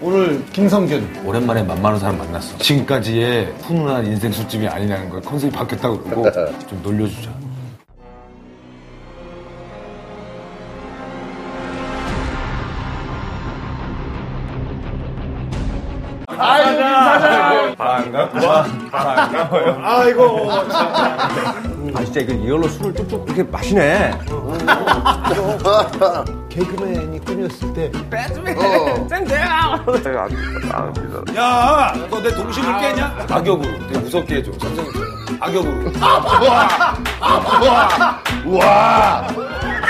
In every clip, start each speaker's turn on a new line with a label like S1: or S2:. S1: 오늘 김성균.
S2: 오랜만에 만만한 사람 만났어. 지금까지의 훈훈한 인생 술집이 아니라는 걸 컨셉이 바뀌었다고 그러고 좀 놀려주자. 뭐?
S3: 아 진짜 이거 이걸로 술을 쭉쭉 이렇게 마시네.
S1: 개그맨이 꿈이었을 때
S2: 야, 너 내 동심을
S3: 아,
S2: 깨냐? 악역으로 되게 무섭게 해줘. 선생님, 악역으로.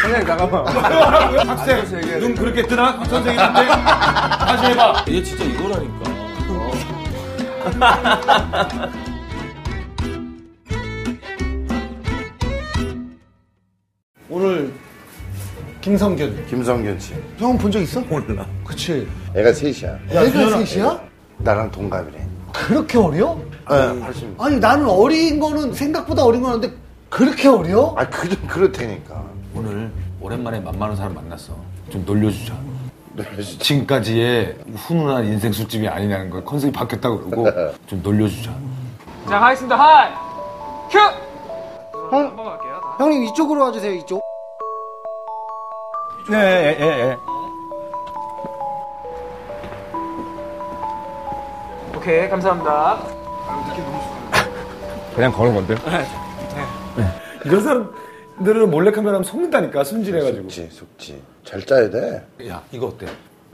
S3: 선생님 잠깐만.
S2: 학생, 눈 그렇게 뜨나? 선생님한테? 다시 해봐. 얘 진짜 이거라니까.
S1: 오늘 김성균.
S4: 김성균 씨.
S1: 형 본 적 있어? 몰라. 그치.
S4: 애가 셋이야.
S1: 야, 애가 셋이야?
S4: 나랑 동갑이래.
S1: 그렇게 어려?
S4: 네, 80.
S1: 아니 나는 어린 거는 생각보다 어린 건데 그렇게 어려?
S4: 아, 그, 그렇다니까.
S2: 오늘 오랜만에 만만한 사람 만났어. 좀 놀려주자. 지금까지의 훈훈한 인생 술집이 아니라는 걸 컨셉이 바뀌었다고 그러고 좀 놀려주자.
S5: 자, 하겠습니다. 하이! 큐! 넘어갈게요. 다.
S1: 형님 이쪽으로 와주세요 이쪽.
S3: 네, 예, 예, 예.
S5: 오케이, 감사합니다.
S3: 그냥 걸은 건데.
S6: 네,
S2: 네.
S6: 이런 사람들은 몰래카메라 하면 속는다니까 숨질해가지고
S4: 속지, 속지. 잘 짜야 돼.
S2: 야, 이거 어때?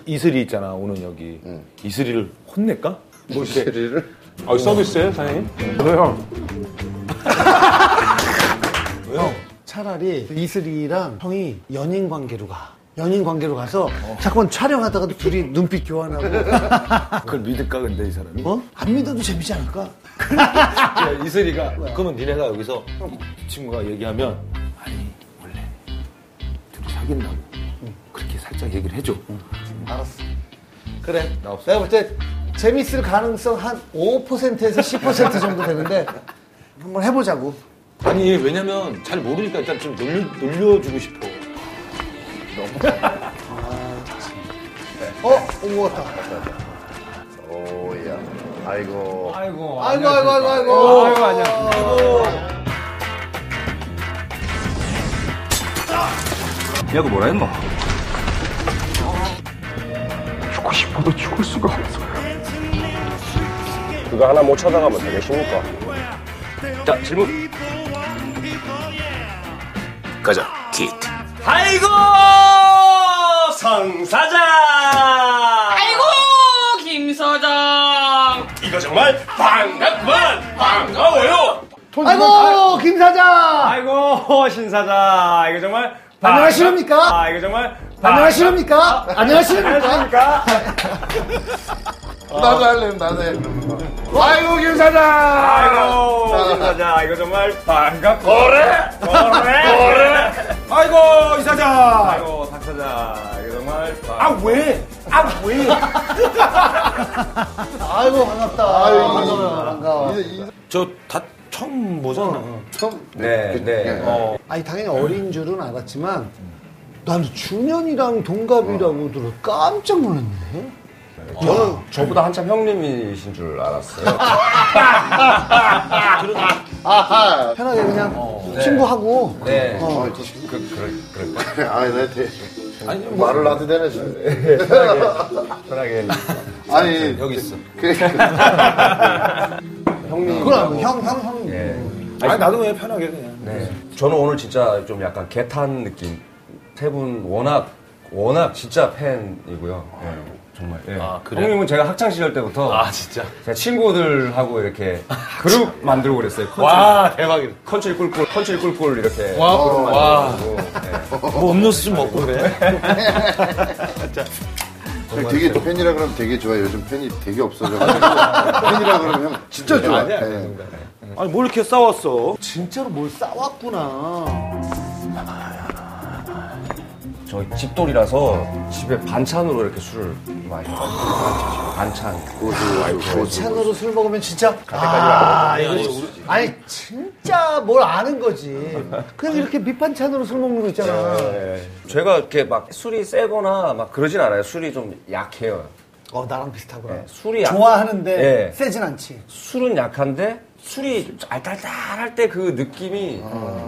S6: 이슬이 있잖아 오늘 여기 이슬이를 혼낼까?
S4: 뭐, 세리를?
S6: 아 서비스예요 사장님? 왜요?
S1: 차라리 그 이슬이랑 형이 연인 관계로 가. 연인 관계로 가서 자꾸만 촬영하다가 둘이 눈빛 교환하고
S2: 아, 그걸 믿을까 근데 이 사람이?
S1: 어? 안 믿어도 재밌지 않을까?
S2: 야,
S6: 아.
S2: 이슬이가 그러면 니네가 여기서 이 친구가 얘기하면 아니 원래 둘이 사귄다고
S6: 음.
S2: 그렇게 살짝 얘기를 해줘
S1: 알았어. 그래. 내가 볼 때 재밌을 가능성 한 5%에서 10% 정도 되는데 한번 해보자고.
S2: 아니 왜냐면 잘 모르니까 일단 좀 놀려, 놀려주고 싶어
S1: 어? 온 것 같다.
S4: 오, 야. 아이고.
S1: 아이고, 아이고, 아이고, 아이고.
S3: 야, 그 뭐라 했노?
S7: 그거 하나 못 찾아가면 되겠습니까?
S3: 자, 질문.
S7: 가자, 키트. 아이고! 성사장! 아이고!
S5: 김서장!
S7: 이거 정말 반갑구만! 반가워요!
S1: 아이고, 김 사장!
S7: 아이고, 신사장! 이거 정말. 아,
S1: 안녕하십니까?
S7: 이거 정말.
S1: 안녕하십니까? 안녕하십니까?
S4: 나도 할래, 나도 해. 아이고, 김사장!
S7: 아이고, 신사장! 이거 정말 반갑고. 그래! 그래!
S6: 아이고 이 사장
S7: 아이고, 박사장! 이거 정말.
S6: 아 왜?
S1: 아이고, 반갑다. 아이고, 반가워요. 반가워.
S2: 저 다 처음 보잖아
S3: 네, 네. 어.
S1: 아니, 당연히 어린 줄은 알았지만 나는 중년이랑 동갑이라고 들어 깜짝 놀랐네.
S3: 저는 저보다 한참 형님이신 줄 알았어요.
S4: 아하.
S1: 편하게 그냥 친구하고.
S3: 어. 네.
S1: 어.
S4: 어, 그, 그래, 그래. 아니, 나한테. 말을 나한테 되나 싶네.
S3: 편하게.
S4: 아니.
S2: 여기 있어
S4: 그래.
S1: 그건 알고, 형, 형, 형.
S6: 아니 나도 그냥 편하게 그냥
S3: 네. 저는 오늘 진짜 좀 약간 개탄 느낌. 세 분 워낙 워낙 진짜 팬이고요. 네, 정말. 예.
S2: 아, 그래요?
S3: 형님은 제가 학창 시절 때부터
S2: 아 진짜
S3: 제가 친구들하고 이렇게 그룹 만들고 그랬어요. 컨트롤.
S6: 아,
S2: 와 대박이다
S3: 컨트리 꿀꿀, 컨트리 꿀꿀 이렇게.
S2: 와.
S3: 그리고, 네.
S2: 뭐 음료수 좀 먹고 그래
S4: 되게 팬이라 그러면 되게 좋아요. 요즘 팬이 되게 없어져가지고. 팬이라 그러면 형 진짜 좋아.
S6: 아니야,
S4: 예.
S6: 아니 뭘 이렇게 싸웠어
S1: 진짜로 뭘 싸웠구나.
S3: 저희 집돌이라서 집에 반찬으로 이렇게 술을 많이 먹어요. 반찬.
S4: 고수, 와이프, 고수.
S1: 찬으로 술 먹으면 진짜. 아, 이거 아니, 진짜 뭘 아는 거지. 그냥 이렇게 밑반찬으로 술 먹는 거
S3: 네.
S1: 있잖아.
S3: 제가 이렇게 막 술이 세거나 막 그러진 않아요. 술이 좀 약해요.
S1: 어 나랑 비슷하구나.
S3: 네, 술이 약-
S1: 좋아하는데
S3: 네.
S1: 세진 않지.
S3: 술은 약한데 술이 알딸딸할 때 그 느낌이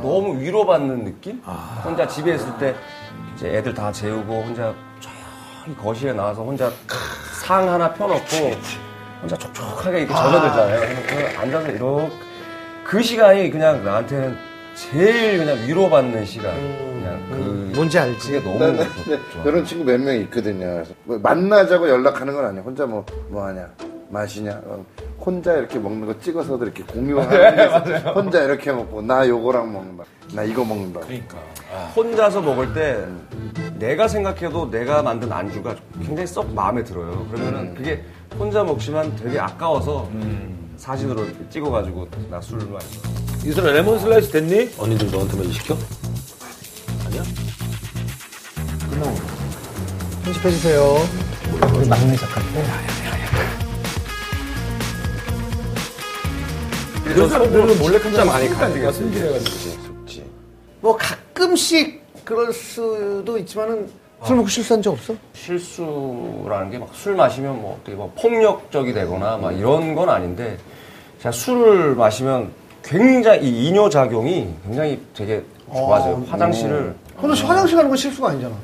S3: 너무 위로받는 느낌? 혼자 집에 있을 때 이제 애들 다 재우고 혼자 저기 거실에 나와서 혼자 상 하나 펴놓고 혼자 촉촉하게 이렇게 젖어들잖아요. 그래서 그 앉아서 이렇게 그 시간이 그냥 나한테는 제일 그냥 위로받는 시간. 그냥 그
S1: 뭔지 알지?
S3: 그게
S4: 네,
S3: 너무 음, 좋아.
S4: 이런 친구 몇 명 있거든요. 그래서 뭐 만나자고 연락하는 건 아니야. 혼자 뭐, 뭐 하냐? 마시냐? 어, 혼자 이렇게 먹는 거 찍어서도 이렇게
S3: 네,
S4: 공유하는 거 혼자 이렇게 먹고, 나 요거랑 먹는다. 나 이거 먹는다.
S3: 그러니까. 혼자서 먹을 때 내가 생각해도 내가 만든 안주가 굉장히 썩 마음에 들어요. 그러면은 그게 혼자 먹지만 되게 아까워서 사진으로 이렇게 찍어가지고 나 술 마시고.
S6: 음. 이슬아 레몬 슬라이스 됐니?
S2: 언니들 너한테만 시켜? 아니야?
S1: 편집해주세요. 네, 아, 예, 우리 막내 작가인데. 예.
S6: 이런 사람들은 몰래 큰자 많이 가니까 승질해가지고
S1: 뭐 가끔씩 그럴 수도 있지만은 술 먹고 실수한 적 없어?
S3: 실수라는 게 막 술 마시면 뭐 어떻게 막 폭력적이 되거나 막 이런 건 아닌데 제가 술을 마시면 굉장히 이 이뇨 작용이 굉장히 되게 좋아져요. 화장실을
S6: 음.
S1: 근데 화장실 가는 건 실수가 아니잖아.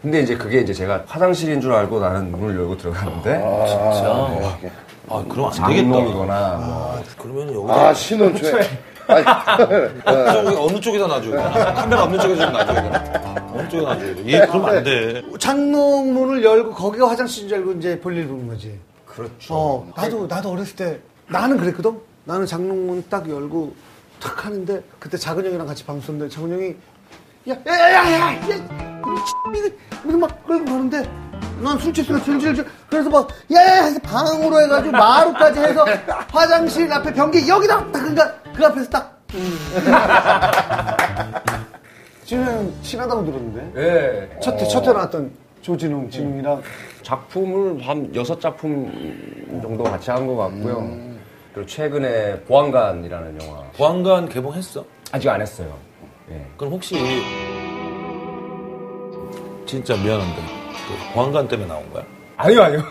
S3: 근데 이제 그게 이제 제가 화장실인 줄 알고 나는 문을 열고 들어갔는데
S4: 네,
S6: 진짜 아 그럼 안 되겠다
S3: 장롱이거나 뭐
S6: 그러면 여기
S4: 아, 신혼 초에. 아니,
S6: 저기 어느 쪽에다 놔줘요? 아, 카메라 없는 쪽에 좀 놔줘야 되나? 어느 쪽에 놔줘야 돼? 얘 그러면 안 돼.
S1: 장롱 문을 열고 거기가 화장실인 줄 알고 이제 볼일 보는 거지. 그렇죠. 어, 나도 나도 어렸을 때 나는 그랬거든. 나는 장롱 문 딱 열고 탁 하는데 그때 작은 형이랑 같이 방송했는데 작은 형이 야야야야야 이거 막 끌고 가는데 난 술 취했으니까 전질 그래서 막 야야야 해서 방으로 해가지고 마루까지 해서 화장실 앞에 변기 여기다 딱 그니까 그 앞에서 딱 지금 친하다고 들었는데.
S3: 예.
S1: 첫회 첫회 나왔던 조진웅, 진웅이랑
S3: 작품을 한 여섯 작품 정도 같이 한 것 같고요.
S6: 음.
S3: 그리고 최근에 보안관이라는 영화
S6: 보안관 개봉했어?
S3: 아직 안 했어요. 예.
S6: 그럼 혹시 진짜 미안한데 그 보안관 때문에 나온 거야?
S3: 아니요 아니요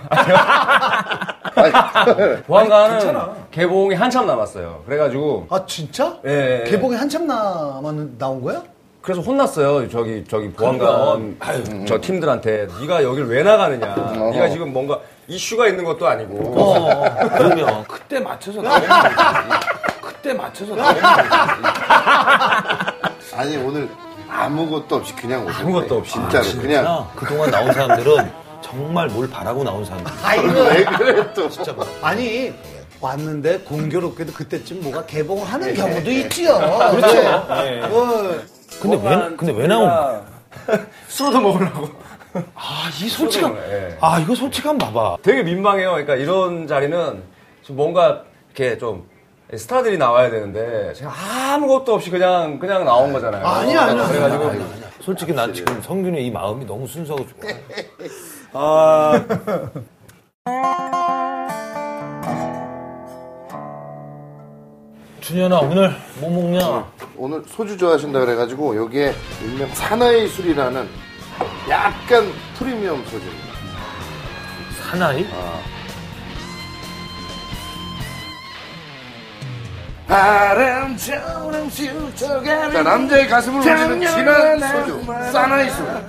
S3: 아니요. 보안관은 개봉이 한참 남았어요. 그래가지고
S1: 아 진짜?
S3: 예, 예.
S1: 개봉이 한참 남았는 나온 거야?
S3: 그래서 혼났어요. 저기 저기
S6: 그러니까.
S3: 보안관 저 팀들한테 네가 여길 왜 나가느냐. 네가 지금 뭔가 이슈가 있는 것도 아니고
S6: 어, 그러면 그때 맞춰서 나오는 거지. 그때 맞춰서 나오는 거지.
S4: 아니, 오늘 아무것도 없이 그냥 오셨네.
S3: 아무것도 없이.
S4: 진짜로. 그냥.
S6: 그냥 그동안 나온 사람들은 정말 뭘 바라고 나온 사람들.
S4: 왜 그래, 또.
S1: 아니 왔는데 공교롭게도 그때쯤 뭐가 개봉하는 경우도 있지요. 예. 그렇죠.
S6: 근데 왜 근데 왜 나온 거야?
S3: 술도 먹으려고.
S6: 아, 이 솔직한
S3: 예.
S6: 아, 이거 솔직한 봐봐.
S3: 되게 민망해요. 그러니까 이런 자리는 좀 뭔가 이렇게 좀 스타들이 나와야 되는데 제가 아무것도 없이 그냥 그냥 나온 거잖아요.
S1: 아니야, 아니야.
S3: 그래가지고
S6: 솔직히 난 지금 성균의 이 마음이 너무 순수하고 좋아. 아. 준현아, 오늘 뭐 먹냐?
S4: 오늘 소주 좋아하신다 그래가지고 여기에 일명 사나이 술이라는 약간 프리미엄 소주입니다.
S6: 사나이?
S4: 바람 자, 남자의 가슴을 울리는 진한 소주 사나이 술
S1: 아.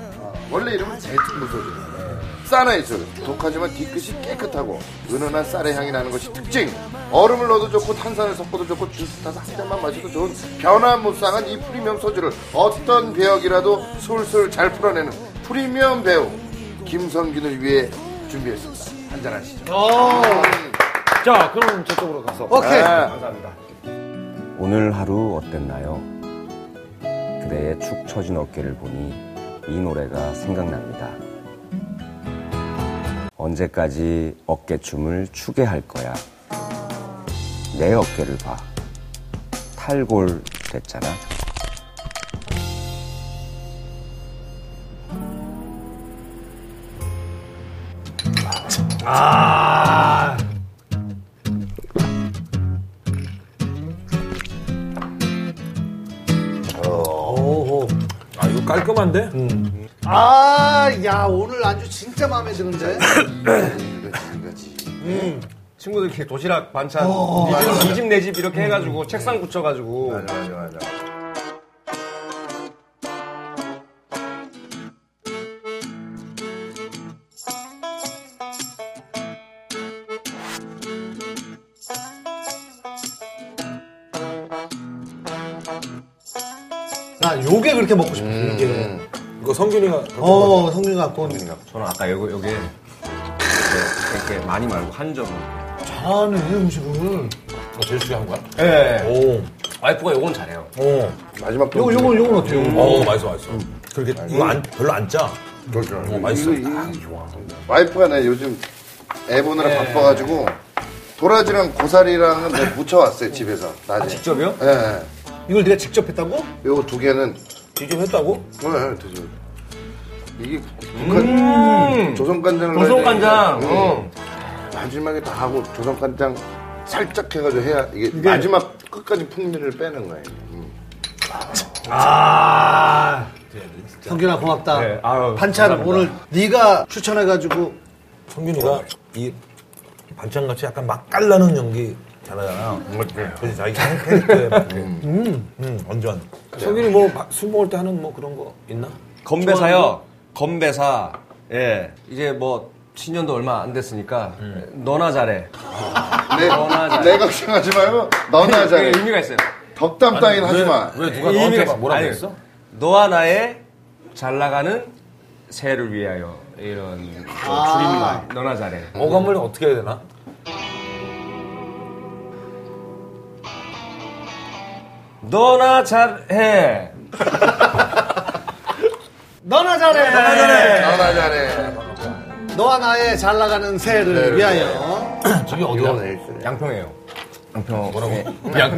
S4: 원래 이름은 대충 소주입니다. 사나이 술 독하지만 뒤끝이 깨끗하고 은은한 쌀의 향이 나는 것이 특징 얼음을 넣어도 좋고 탄산을 섞어도 좋고 주스 타서 한 잔만 마셔도 좋은 변화무쌍한 이 프리미엄 소주를 어떤 배역이라도 술술 잘 풀어내는 프리미엄 배우 김성균을 위해 준비했습니다 한잔 하시죠
S6: 자, 그럼 저쪽으로 가서.
S1: 오케이.
S4: 아,
S3: 오늘 하루 어땠나요? 그대의 축 처진 어깨를 보니 이 노래가 생각납니다. 언제까지 어깨춤을 추게 할 거야? 내 어깨를 봐. 탈골 됐잖아.
S6: 아, 이거 깔끔한데?
S1: 아, 야 오늘 안주 진짜 마음에 드는데.
S3: 친구들끼리 도시락 반찬 이집내 집 이렇게 해가지고 책상 붙여가지고
S4: 맞아 맞아 맞아.
S1: 나 요게 그렇게 먹고 싶어.
S3: 음.
S1: 이게.
S6: 이거 성균이가
S1: 어, 성균이 갖고 온
S3: 저는 아까 여기 여기 이렇게, 이렇게 많이 말고 한 점으로
S1: 잘하네 음식을.
S6: 뭐 제일 중요한 거야.
S3: 예
S6: 오,
S3: 와이프가 요건 잘해요
S6: 오,
S4: 마지막 또
S1: 요거 요건 요건 어때요?
S6: 어 맛있어 맛있어. 그렇게 아, 이거 안 별로 안 짜.
S4: 그렇죠.
S6: 어, 맛있어.
S4: 와이프가 내 요즘 애 보느라 바빠가지고 도라지랑 고사리랑은 내가 무쳐왔어요 집에서 낮에.
S3: 직접이요?
S4: 예, 예.
S1: 이걸 네가 직접 했다고?
S4: 요거 두 개는
S6: 직접 했다고?
S4: 네, 되죠. 이게 북한 조선 간장을
S3: 조선
S4: 넣어야
S3: 간장.
S4: 되니까. 응. 마지막에 다 하고 조선 간장 살짝 해가지고 해야 이게, 마지막 끝까지 풍미를 빼는 거예요.
S1: 성균아 고맙다.
S3: 네, 아유,
S1: 반찬
S3: 감사합니다.
S1: 오늘 네가 추천해가지고
S6: 성균이가 이 반찬 같이 약간 맛깔나는 연기 잘하잖아.
S3: 네.
S6: 그래서 자기 캐릭터에 맞게. 음, 음, 완전. 성균이 뭐술 먹을 때 하는 뭐 그런 거 있나?
S3: 음. 건배사요 건배사
S6: 음.
S3: 예 이제 뭐 신년도 얼마 안 됐으니까 너나 잘해
S4: 내,
S3: 너나 잘해.
S4: 아. 내 걱정하지 말고 너나 잘해.
S3: 그게 의미가 있어요
S4: 덕담 따윈 하지 마.
S6: 왜 누가 너한테 막 뭐라고
S3: 아니,
S6: 했어?
S3: 너와 나의 잘 나가는 새를 위하여 이런 그
S6: 아.
S3: 줄임말 너나 잘해
S6: 어감을 어떻게 해야 되나?
S3: 너나 잘해
S1: 너나 잘해. 너나 잘해.
S4: 너나 잘해.
S1: 너와 나의 잘 나가는 새를
S4: 네, 네.
S1: 위하여.
S6: 저기 어디야?
S3: 양평이에요 네.
S6: 양평이요?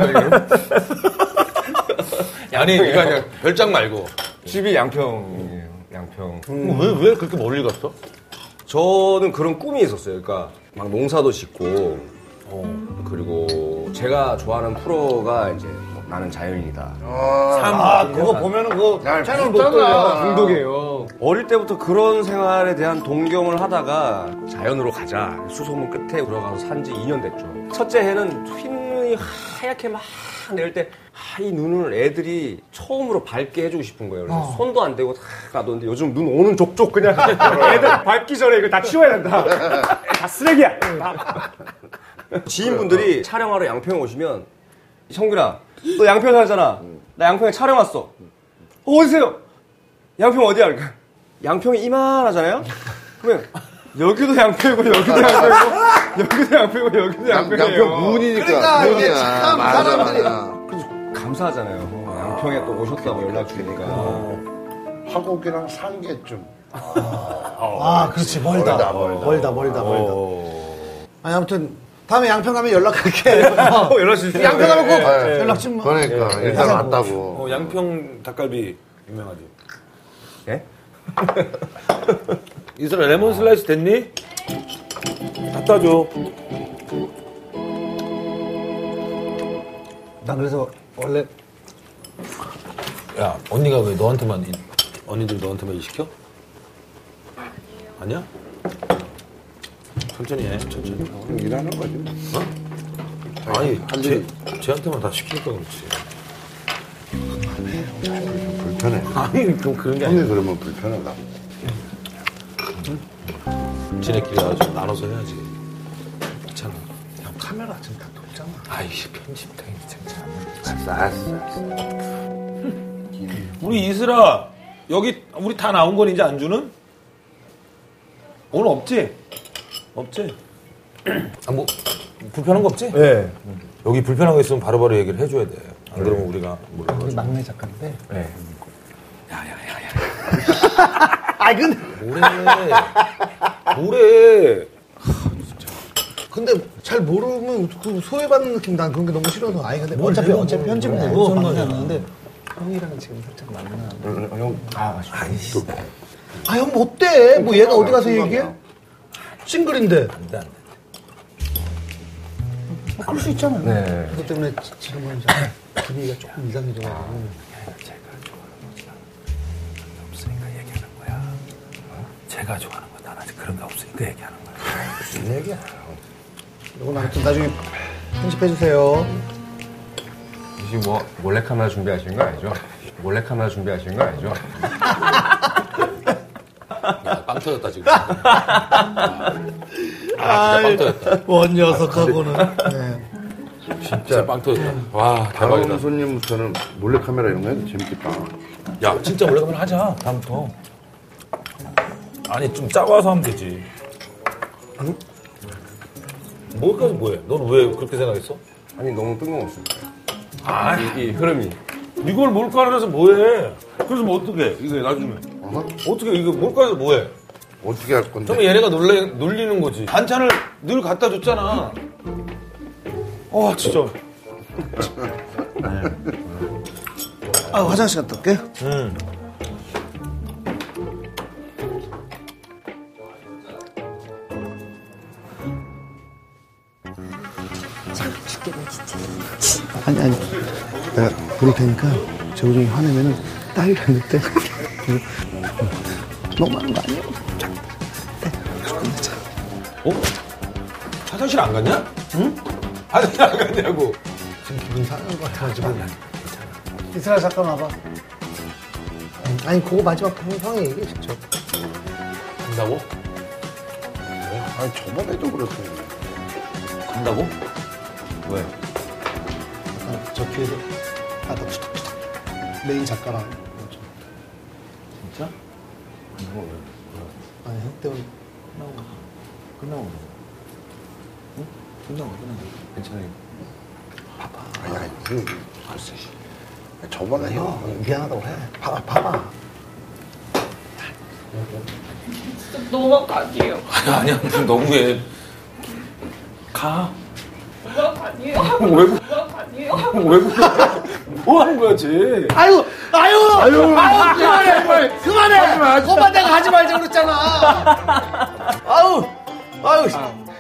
S6: 아니, 이거 아니야. 별장 말고.
S3: 집이 양평이에요 양평
S6: 음, 왜, 왜 그렇게 멀리 갔어?
S3: 저는 그런 꿈이 있었어요. 그러니까 막 농사도 짓고
S6: 어.
S3: 그리고 제가 좋아하는 프로가 이제 뭐 나는 자연이다.
S1: 아, 그거 보면은 그거
S4: 날
S1: 채널 못
S4: 붙잖아.
S1: 돌려.
S3: 중독이에요. 어릴 때부터 그런 생활에 대한 동경을 하다가 자연으로 가자. 수소문 끝에 들어가서 산 지 2년 됐죠. 첫째 해는 흰눈이 하얗게 막 내릴 때, 아, 이 눈을 애들이 처음으로 밝게 해주고 싶은 거예요. 그래서 손도 안 대고 다 놔뒀는데 요즘 눈 오는 족족 그냥 애들 밝기 전에 이거 다 치워야 된다. 다 쓰레기야. 다. 지인분들이 촬영하러 양평에 오시면 성균아, 너 양평 살잖아. 나 양평에 촬영 왔어. 어, 어디세요? 양평 어디야? 그러니까 양평이 이만하잖아요? 그러면 여기도 양평이고 여기도 양평이고 여기도 양평이고 여기도
S4: 양-
S3: 양평이에요.
S4: 양평 문이니까.
S1: 그러니까 이게
S4: 문이야.
S1: 참
S4: 맞아,
S1: 사람들이-
S4: 맞아.
S3: 감사하잖아요. 양평에 또 오셨다고 연락 주니까.
S4: 화곡이랑 상계쯤.
S1: 아, 그렇지. 멀다.
S4: 멀다,
S1: 멀다,
S4: 멀다.
S1: 멀다, 멀다. 아니, 아무튼 다음에 양평 가면 연락할게. 어,
S3: 연락 주세요.
S1: 양평 가면 꼭
S4: 네.
S1: 연락 좀.
S4: 그러니까 일단
S1: 가서
S4: 왔다고.
S6: 어, 양평 닭갈비 유명하지.
S3: 예?
S6: 이슬아, 레몬 슬라이스 됐니? 갖다 줘.
S1: 난 그래서 원래
S6: 야, 언니가 왜 너한테만, 이- 언니들이 너한테만 일 시켜? 아니야? 천천히 해, 천천히.
S4: 어,
S6: 어?
S4: 일하는 거지.
S6: 아니,
S4: 할
S6: 쟤,
S4: 일이-
S6: 쟤한테만 다 시키니까 그렇지.
S4: 불편해.
S6: 아니, 좀 그런 게 아니야.
S4: 형이 그러면 불편하다.
S6: 지네끼리 아주 나눠서 해야지. 괜찮아.
S1: 카메라 지금 다 돌잖아.
S6: 아이씨, 편집탱이 진짜.
S4: 알았어, 알았어, 알았어.
S6: 우리 이슬아, 여기 우리 다 나온 건 이제 안 주는? 오늘 없지? 없지? 아, 뭐, 불편한 거 없지?
S3: 네.
S6: 여기 불편한 거 있으면 바로바로 얘기를 해줘야 돼. 안 그러면 우리가 몰라.
S1: 아, 우리 막내 작가인데.
S6: 예. 뭐래. 뭐래.
S1: 근데 잘 모르면 그 소외받는 느낌 난 그런 게 너무 싫어서 뭐 아예 근데 어차피
S6: 내가
S1: 어차피
S6: 뭘
S1: 편집은
S6: 내가
S1: 되고
S6: 무슨
S1: 막내
S6: 말이야.
S1: 하는데 형이랑 지금 살짝 만나.
S4: 형,
S1: 아 형 뭐 어때? 뭐 얘가 어디 가서
S4: 생각나.
S1: 얘기해? 싱글인데.
S6: 안돼 안돼.
S1: 뭐 그럴 수 있잖아요.
S6: 네.
S3: 네.
S1: 그것 때문에 지- 지금은 이제 분위기가 조금 이상해져가지고.
S6: 아, 없으니까 얘기하는 어? 거야. 제가 좋아하는 건 난 아직 그런 게 없으니까 얘기하는 거야. 무슨 얘기야?
S1: 이건 아무튼 나중에 편집해주세요.
S3: 혹시 뭐 몰래카메라 준비하시는 거 아니죠? 몰래카메라 준비하시는 거 아니죠?
S8: 빵 터졌다 지금. 아, 진짜 빵 터졌다.
S1: 원 녀석하고는. 네.
S8: 진짜 빵 터졌다. 와
S4: 다음
S8: 대박이다.
S4: 손님부터는 몰래카메라 이런 거 해도 재밌겠다.
S8: 야
S6: 진짜 원래 그러면 하자 다음부터 아니 좀 짜와서 하면 되지 뭐까지 뭐해? 넌 왜 그렇게 생각했어?
S3: 아니 너무 뜬금없습니다. 이, 이 흐름이
S6: 이걸 몰카를 해서 뭐해? 그래서 뭐 어떻게 이거 나중에 어떻게 이거 몰카에서 뭐해?
S4: 어떻게 할 건데?
S6: 그러면 얘네가 놀래, 놀리는 거지 반찬을 늘 갖다 줬잖아 아 진짜
S1: 아, 화장실 갔다 올게.
S9: 죽겠네 진짜.
S1: 아니, 아니. 내가 부를 테니까 재우정이 화내면은 딸이 갔을 때. 너무 많은 거 아니야?
S6: 화장실 안 갔냐? 응? 화장실 안 갔냐고
S1: 이슬아, 잠깐 와봐. 아니, 그거 마지막 형, 형이 얘기해, 직접.
S6: 간다고?
S4: 아니 저번에도 그랬어요.
S6: 간다고? 왜?
S1: 아, 저 뒤에서. 아, 나 투닥투닥. 메인 작가랑. 진짜? 아니, 형 때문에.
S4: 아니 아니 그 글쎄. 저번에 형
S1: 어, 미안하다고 해. 봐봐, 봐봐.
S9: 노마까지요.
S8: 아니야 아니야 무슨 너무해.
S9: 노마까지요.
S1: 어,
S9: 왜?
S1: 그-
S9: 노마까지요.
S1: 아유, 아유, 아유, 그만해, 그만해. 거만대가 하지 말자 그랬잖아. 아유, 아유,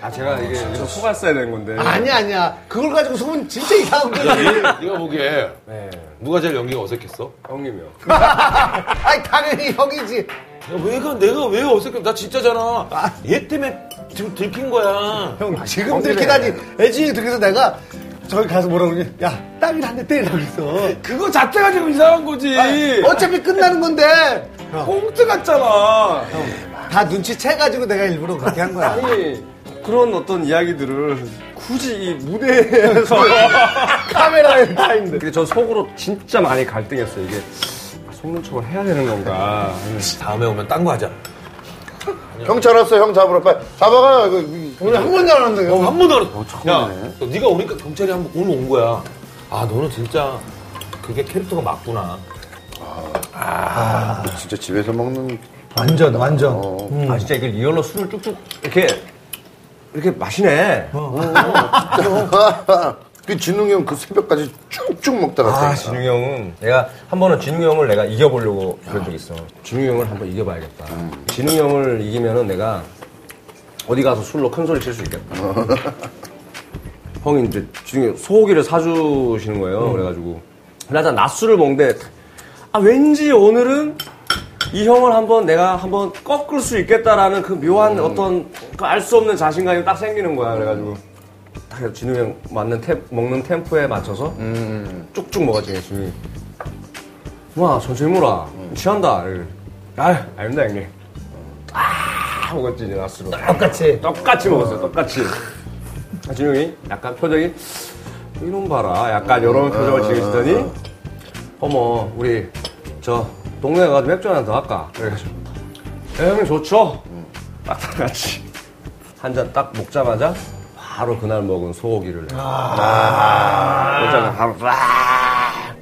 S3: 아 제가 이게 여기서 속았어야 되는 건데
S1: 아니야, 아니야. 그걸 가지고 소문 진짜 이상한데.
S8: 네가 보기에 누가 제일 연기가 어색했어?
S3: 형님이요.
S1: 아니 당연히 형이지.
S6: 야, 왜 가? 내가 왜 어색해? 나 진짜잖아. 얘 때문에 지금 들킨 거야.
S1: 형 지금 들키다니. 애중에 들켜서 내가 저기 가서 뭐라 그러니? 야, 땅이나 한대 때리라 그랬어. 아,
S6: 그거 자체가 지금 이상한 거지.
S1: 어차피 끝나는 건데. 형,
S6: 꽁트 같잖아.
S1: 다 눈치채가지고 내가 일부러 그렇게 한 거야.
S3: 아니 그런 어떤 이야기들을 굳이 이 무대에서
S1: 카메라에 다 있는데.
S3: 근데 저 속으로 진짜 많이 갈등했어요. 이게 아, 속눈썹을 해야 되는 건가?
S6: 다음에 오면 딴 거 하자.
S4: 경찰 왔어 형 잡으러 빨리 잡아가요. 이거, 이거.
S1: 오늘 한 번도 안 왔는데.
S6: 어, 한 번도 안 어, 야, 네가 오니까 경찰이 한 번 오늘 온 거야. 아, 너는 진짜 그게 캐릭터가 맞구나.
S4: 진짜 집에서 먹는
S1: 완전, 완전.
S6: 어.
S3: 아 진짜 이걸 리얼로 술을 쭉쭉 이렇게 이렇게 마시네.
S4: 그 진웅이 형 그 새벽까지 쭉쭉 먹다 갔어.
S3: 아 진웅이 형은 내가 한 번은 진웅이 형을 내가 이겨보려고 그런 적이 있어. 진웅이 형을 한번 이겨봐야겠다. 진웅이 형을 이기면은 내가 어디 가서 술로 큰 소리 칠 수 있겠다. 형이 이제 진웅이 형 소고기를 사주시는 거예요. 그래가지고 그나저나 낮술을 먹는데 아 왠지 오늘은 이 형을 한번 내가 한번 꺾을 수 있겠다라는 그 묘한 어떤 그 알 수 없는 자신감이 딱 생기는 거야. 그래가지고 딱 해서 진우 형 맞는 템, 먹는 템포에 맞춰서 쭉쭉 먹었지 진우. 와 천천히 물어. 취한다. 이래. 아 아닙니다 형님. 아 먹었지 이제 나스로. 똑같이. 똑같이 먹었어요. 똑같이. 아, 진우 형이 약간 표정이 이놈 봐라. 약간 이런 표정을 지으시더니 어머 우리 저 동네 가서 맥주 하나 더 할까? 그래가지고 예, 형님 좋죠? 딱 다 같이 한 잔 딱 먹자마자 바로 그날 먹은 소고기를 아. 먹자마자 바로 아~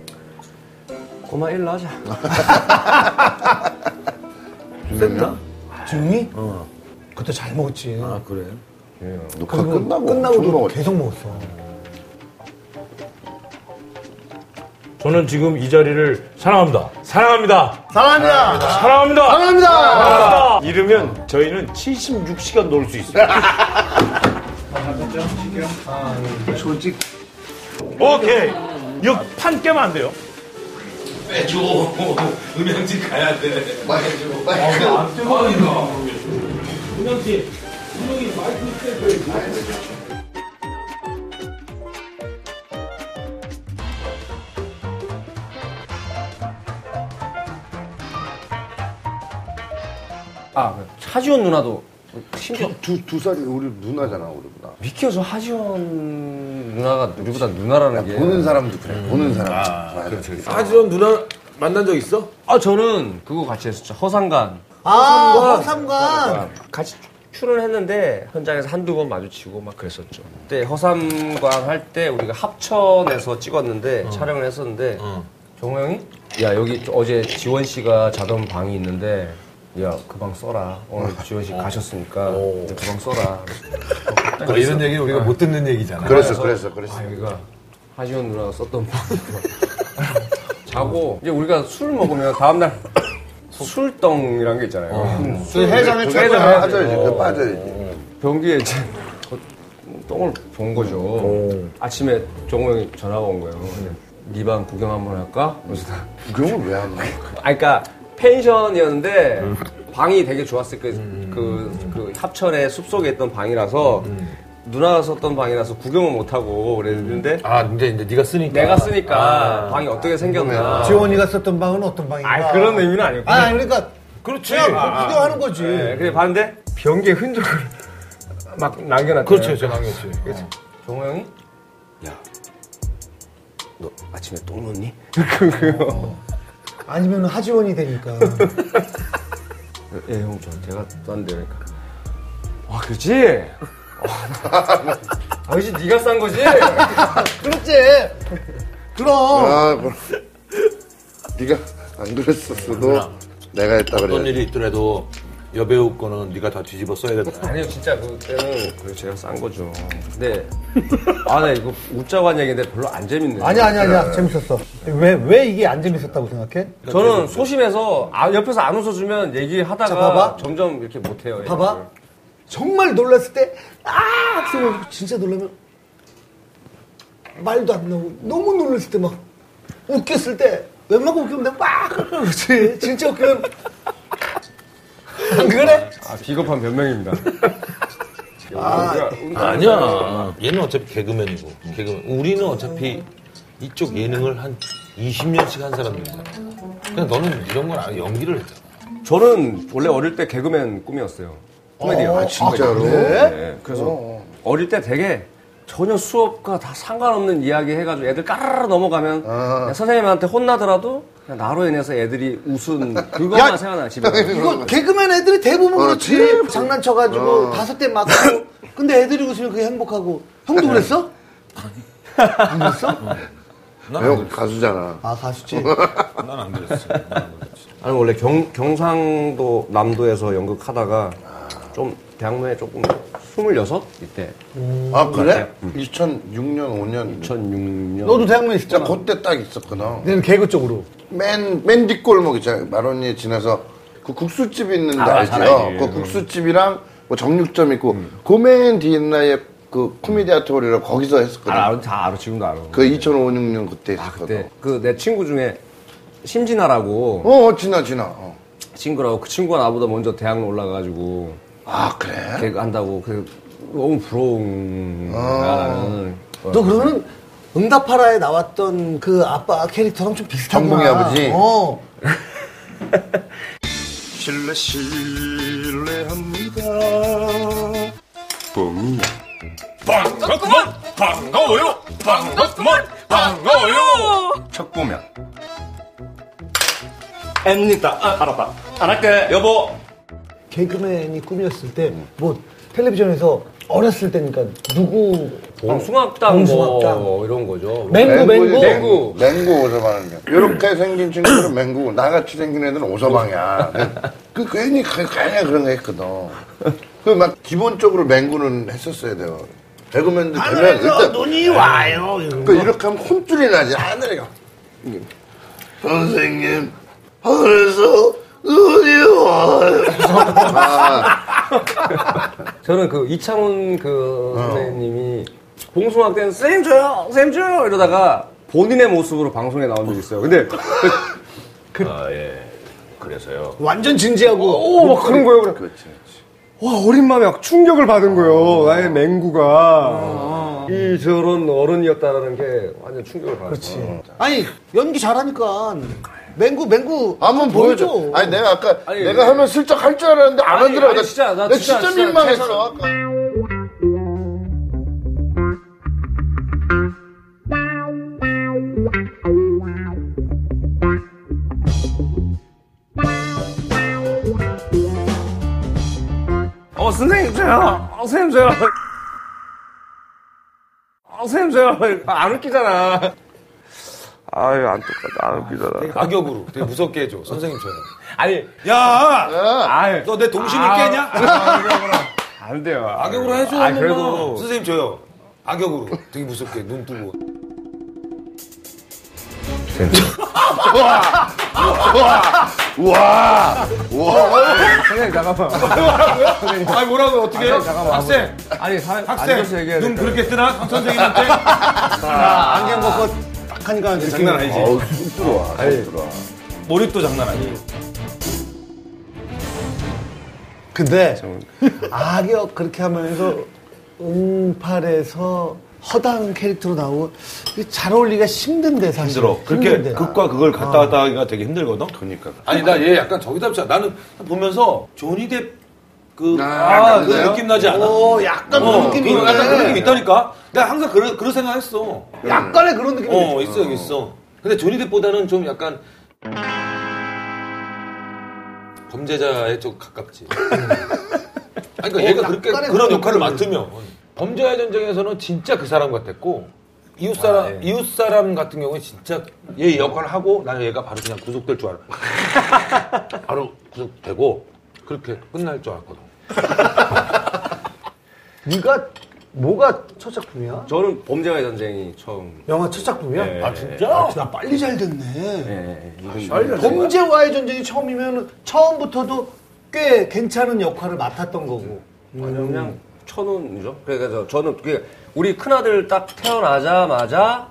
S3: 고마 일로 하자
S4: 됐나?
S1: 중이? 어. 그때 잘 먹었지.
S6: 아,
S2: 예,
S4: 녹화 끝나고 엄청
S1: 끝나고도
S4: 먹었지.
S1: 계속 먹었어.
S6: 저는 지금 이 자리를 사랑합니다. 사랑합니다.
S1: 사랑합니다.
S6: 사랑합니다.
S1: 사랑합니다.
S7: 이러면 저희는 76시간 놀 수 있어요. 솔직. 오케이. 이거 판 깨면 안 돼요.
S3: 아 그래. 하지원 누나도 심지어
S4: 두, 두 살이 우리 누나잖아, 우리보다.
S3: 미키어서 하지원 누나가 우리보다 누나라는 게
S4: 보는 사람도 그래, 보는 사람. 아, 맞아.
S6: 하지원 누나 만난 적 있어?
S3: 아 저는 그거 같이 했었죠 허상관
S1: 아, 허삼관.
S3: 같이 출연했는데 현장에서 한두 번 마주치고 막 그랬었죠. 그때 허삼관 할 때 우리가 합천에서 찍었는데 촬영을 했었는데 정호 형이 야 여기 저- 어제 지원 씨가 자던 방이 있는데 야 그 방 써라 오늘 지원 씨 가셨으니까 그 방 써라.
S2: 그러니까 이런 얘기는 우리가 못 듣는 얘기잖아.
S4: 그랬어, 그랬어, 그랬어.
S3: 아 여기가 하지원 누나가 썼던 방. 자고 이제 우리가 술 먹으면 다음날 술덩이란 게 있잖아요.
S4: 그 해장에
S3: 해장을
S4: 최고
S3: 해야지.
S4: 빠져야지,
S3: 어.
S4: 그 빠져야지.
S3: 변기에 이제 어, 똥을 본 거죠. 아침에 정호 형이 전화가 온 거예요. 네 방 구경 한번 할까? 그래서 나-
S4: 구경을 왜 하는 거야?
S3: 아, 그러니까 펜션이었는데 방이 되게 좋았을 그, 그, 그 합천의 숲속에 있던 방이라서 누나가 썼던 방이라서 구경을 못하고 그랬는데
S8: 아 근데 이제 네가 쓰니까
S3: 내가 쓰니까 방이 어떻게 생겼나.
S1: 지원이가 썼던 방은 어떤 방인가?
S3: 아, 그런 의미는 아. 아니고.
S1: 아, 그러니까. 그렇지. 그냥 뭐 구경하는 거지.
S3: 네, 근데 봤는데 변기에 흔적을 막 네, 남겨놨대.
S6: 그렇죠, 제가 남겼지.
S3: 정호 형이 야 너 아침에 똥 넣니?
S1: 아니면 하지원이 되니까.
S3: 예 형 저 제가 싼데 그러니까 아 그지? 아 그지 네가 싼 거지?
S1: 그렇지. 그럼.
S4: 아, 뭐. 네가 안 그랬었어도 내가 했다
S6: 어떤
S4: 그래.
S6: 일이 있더라도 여배우 거는 네가 다 뒤집어 써야 된다.
S3: 아니요 진짜 그때는 그 제가 싼 거죠. 근데 아나 네, 이거 웃자고 한 얘기인데 별로 안 재밌네.
S1: 아니야, 아니야, 아니야. 재밌었어. 왜, 왜 이게 안 재밌었다고 생각해?
S3: 저는 소심해서 아, 옆에서 안 웃어주면 얘기하다가
S1: 자, 봐봐.
S3: 점점 이렇게 못해요.
S1: 봐봐. 정말 놀랐을 때, 아! 학생을 진짜 놀라면, 말도 안 나오고, 너무 놀랐을 때 막, 웃겼을 때, 웬만큼 웃기면 내가 막! 그러지. 진짜 웃기면, 안 그래?
S3: 아 비겁한 변명입니다.
S1: 아.
S6: 아니야. 얘는 어차피 개그맨이고. 개그맨. 우리는 어차피 이쪽 예능을 한 20년씩 한 사람들이잖아. 근데 너는 이런 걸 안- 연기를 했잖아.
S3: 저는 원래 어릴 때 개그맨 꿈이었어요. 코미디요.
S4: 아, 진짜로?
S3: 네, 그래서 어릴 때 되게 전혀 수업과 다 상관없는 이야기 해가지고 애들 까르르 넘어가면 그냥 선생님한테 혼나더라도 그냥 나로 인해서 애들이 웃은 그것만 생각나 집에 가서.
S1: 이거 개그맨 애들이 대부분
S4: 어,
S1: 그렇지.
S4: 그래.
S1: 장난쳐가지고, 다섯 대 맞고, 근데 애들이 웃으면 그게 행복하고. 형도 그랬어? 안 그랬어?
S4: 형 가수잖아.
S1: 아, 가수지.
S3: 아니 원래 경, 경상도 남도에서 연극하다가 좀 대학로에 조금 26 이때
S4: 아, 그래? 2006년, 5년.
S3: 2006년
S1: 너도 대학로에
S4: 진짜
S1: 있었잖아.
S4: 그때 딱 있었거든.
S1: 얘는 어. 네, 개그 쪽으로.
S4: 맨, 맨 뒷골목 있잖아요. 마론이 지나서 그 국수집 있는데
S3: 아, 잘
S4: 알지요?
S3: 알지.
S4: 그 국수집이랑 뭐 정육점 있고,
S1: 음.
S4: 그 맨 뒤에 나의 그 코미디 아트홀이라고 거기서 했었거든.
S3: 알아, 다 알아 지금도 알아
S4: 그 2005, 6년 그때
S3: 아
S4: 있었거든.
S3: 그때 그 내 친구 중에 심진아라고
S4: 어, 어, 지나, 지나. 어.
S3: 친구라고 그 친구가 나보다 먼저 대학로 올라가가지고
S4: 아, 그래?
S3: 개그 한다고 그 너무 부러운 나는
S1: 너 그러면 응답하라에 나왔던 그 아빠 캐릭터랑 좀 비슷한
S4: 정봉이 아버지?
S1: 어.
S7: 실례 실례합니다. 뻥이야. 반갑구만 반가워요. 반갑구만 반가워요. 첫 보면 앱니다. 아, 알았다. 안 할게 여보.
S1: 개그맨이 꿈이었을 때 뭐 텔레비전에서 어렸을 때니까 누구
S3: 봉숭악당 뭐
S1: 봉숭악당.
S3: 이런 거죠
S1: 맹구
S4: 맹구지,
S1: 맹구
S4: 맹구. 맹구 오서방이야. 이렇게 생긴 친구들은 맹구, 나같이 생긴 애들은 오서방이야. 그 괜히 그- 괜히 그런 거 했거든. 그 막 기본적으로 맹구는 했었어야 돼요. 배구맨들 되면 일단
S1: 아, 눈이 와요. 이런
S4: 그
S1: 거.
S4: 이렇게 하면 혼쭐이 나지 하늘이가. 선생님 하늘에서 눈이 와요.
S3: 저는 그 이창훈 그 선생님이 봉숭아 때는 쌤 줘요, 쌤 줘요 이러다가 본인의 모습으로 방송에 나온 적이 있어요. 근데 아, 예.
S8: 그래서요
S1: 완전 진지하고
S3: 어, 오막 그런 거예요. 그래. 와 어린 마음에 막 충격을 받은 거예요. 나의 맹구가 이 저런 어른이었다라는 게 완전 충격을 받았어.
S1: 아니 연기 잘하니까 맹구 맹구
S4: 한번
S1: 좀
S4: 보여줘. 아니 내가 아까 내가 하면 슬쩍 할 줄 알았는데 안
S3: 아니,
S4: 하더라고.
S3: 아니, 진짜, 나
S4: 내가
S3: 진짜,
S4: 진짜
S3: 진짜
S4: 민망했어.
S3: 최선을-
S4: 아까.
S7: 어 선생님 저요. 어 선생님 저요. 어 선생님 저요. 안 웃기잖아. 아유 안 똑같아. 안 웃기잖아.
S2: 악역으로 되게 무섭게 해줘 선생님처럼
S7: 아니 아.
S2: 야너 내 동심을 깨냐?
S7: 안 돼요.
S2: 악역으로 해줘
S7: 아,
S2: 한 번만
S7: 그래도-
S2: 선생님 저요 악역으로 되게 무섭게 눈 뜨고
S3: 선생님 잠깐만.
S2: 아니 뭐라고 어떻게 해요? 학생
S3: 아니 사람 앉아서
S2: 학생
S3: 얘기해야
S2: 눈
S3: 돼.
S2: 그렇게 뜨나? 강 선생님한테?
S1: 안경 벗고 딱 하니까 느낌이
S2: 장난 아니지?
S4: 어우 쑥 들어와. 쑥 들어와.
S2: 몰입도 장난 아니에요
S1: 근데 악역 그렇게 하면서 응팔에서 허당 캐릭터로 나오고 이게 잘 어울리기가 힘든데 사실
S8: 힘들어. 그렇게
S1: 힘든데.
S8: 극과 극을 갔다 왔다 하기가 되게 힘들거든. 그러니까.
S2: 아니 나 얘 약간 저기답지 않아 나는 보면서 조니 뎁그
S4: 아,
S2: 아, 그
S4: 그래요?
S2: 느낌 나지 않아?
S1: 오 약간
S2: 어,
S1: 그런 느낌이
S2: 그,
S1: 있네
S2: 약간 그런 느낌 있다니까. 내가 항상 그런 그런 생각했어.
S1: 약간의 그런 느낌이 있네.
S2: 어 있어 여기 있어. 근데 조니뎁보다는 좀 약간 범죄자에 좀 가깝지. 아니 그러니까
S6: 어,
S2: 얘가 그렇게
S1: 약간의
S2: 그런
S1: 그런 느낌이
S2: 역할을 맡으면 범죄와 전쟁에서는 진짜 그 사람 같았고 이웃
S6: 아,
S2: 사람
S6: 예.
S2: 이웃 사람 같은 경우에 진짜 얘이 역할을 하고 나는 얘가 바로 그냥 구속될 줄 알아. 바로 구속되고 그렇게 끝날 줄 알았거든.
S1: 네가 뭐가 첫 작품이야?
S3: 저는 범죄와의 전쟁이 처음.
S1: 영화 첫 작품이야?
S3: 네.
S1: 아 진짜? 아, 나 빨리 잘 됐네.
S3: 예, 예.
S1: 범죄와의 전쟁이 처음이면 처음부터도 꽤 괜찮은 역할을 맡았던 거고.
S3: 아니요, 음. 그냥 천운이죠. 그러니까 저, 저는 그게 우리 큰아들 딱 태어나자마자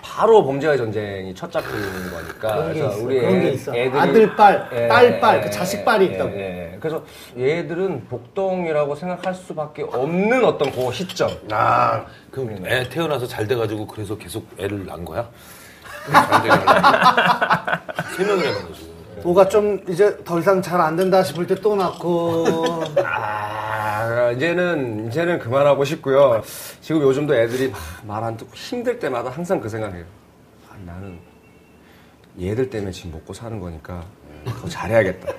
S3: 바로 범죄와의 전쟁이 첫 작품인 거니까.
S1: 그런 게
S3: 그래서
S1: 있어.
S3: 우리
S1: 그런 게
S3: 애-
S1: 있어.
S3: 애들이-
S1: 아들빨,
S3: 예,
S1: 딸빨,
S3: 예,
S1: 그 자식빨이
S3: 예,
S1: 있다고.
S3: 예. 그래서 얘들은 복덩이라고 생각할 수밖에 없는 어떤 그 시점.
S4: 아,
S2: 그럼 애 태어나서 잘 돼가지고 그래서 계속 애를 낳은 거야? 세 명이나 낳아가지고.
S1: 뭐가 좀 이제 더 이상 잘 안 된다 싶을 때 또 낳고.
S3: 아, 이제는 이제는 그만하고 싶고요. 지금 요즘도 애들이 말 안 듣고 힘들 때마다 항상 그 생각해요. 아, 나는 얘들 때문에 지금 먹고 사는 거니까 더 잘해야겠다.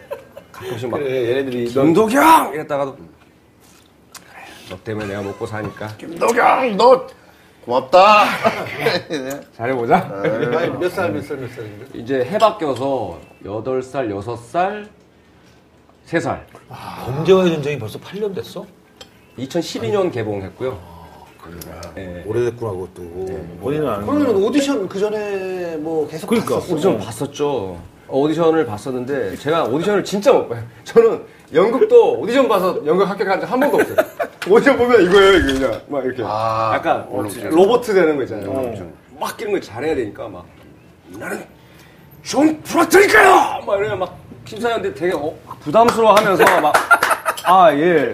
S3: 가끔씩 막
S2: 얘네들이
S3: 김도경 이랬다가도 그래, 너 때문에 내가 먹고 사니까
S4: 김도경 너 고맙다. 네.
S3: 잘해보자.
S1: 아, 몇 살, 몇 살, 몇 살인데?
S3: 이제 해 바뀌어서 8살, 6살, 3살.
S6: 범죄와의 전쟁이 벌써 8년 됐어?
S3: 2012년 개봉했고요.
S6: 오래됐구나 그것도.
S2: 네.
S8: 본인은 안
S1: 그러면 오디션 그 전에 뭐 계속 봤었어.
S3: 그러니까, 오디션 봤었죠. 오디션을 봤었는데 제가 오디션을 진짜 못 봐요. 저는 연극도 오디션 봐서 연극 합격한 적 한 번도 없어요. 아, 오디션 보면 이거예요, 이거 그냥 막 이렇게 어. 약간 로봇 되는 거 있잖아요. 막 이런 걸 잘해야 되니까 막 나는 좀 풀어드릴까요? 막 이러면 막 심사위원들 되게 어, 부담스러워하면서 막 아 예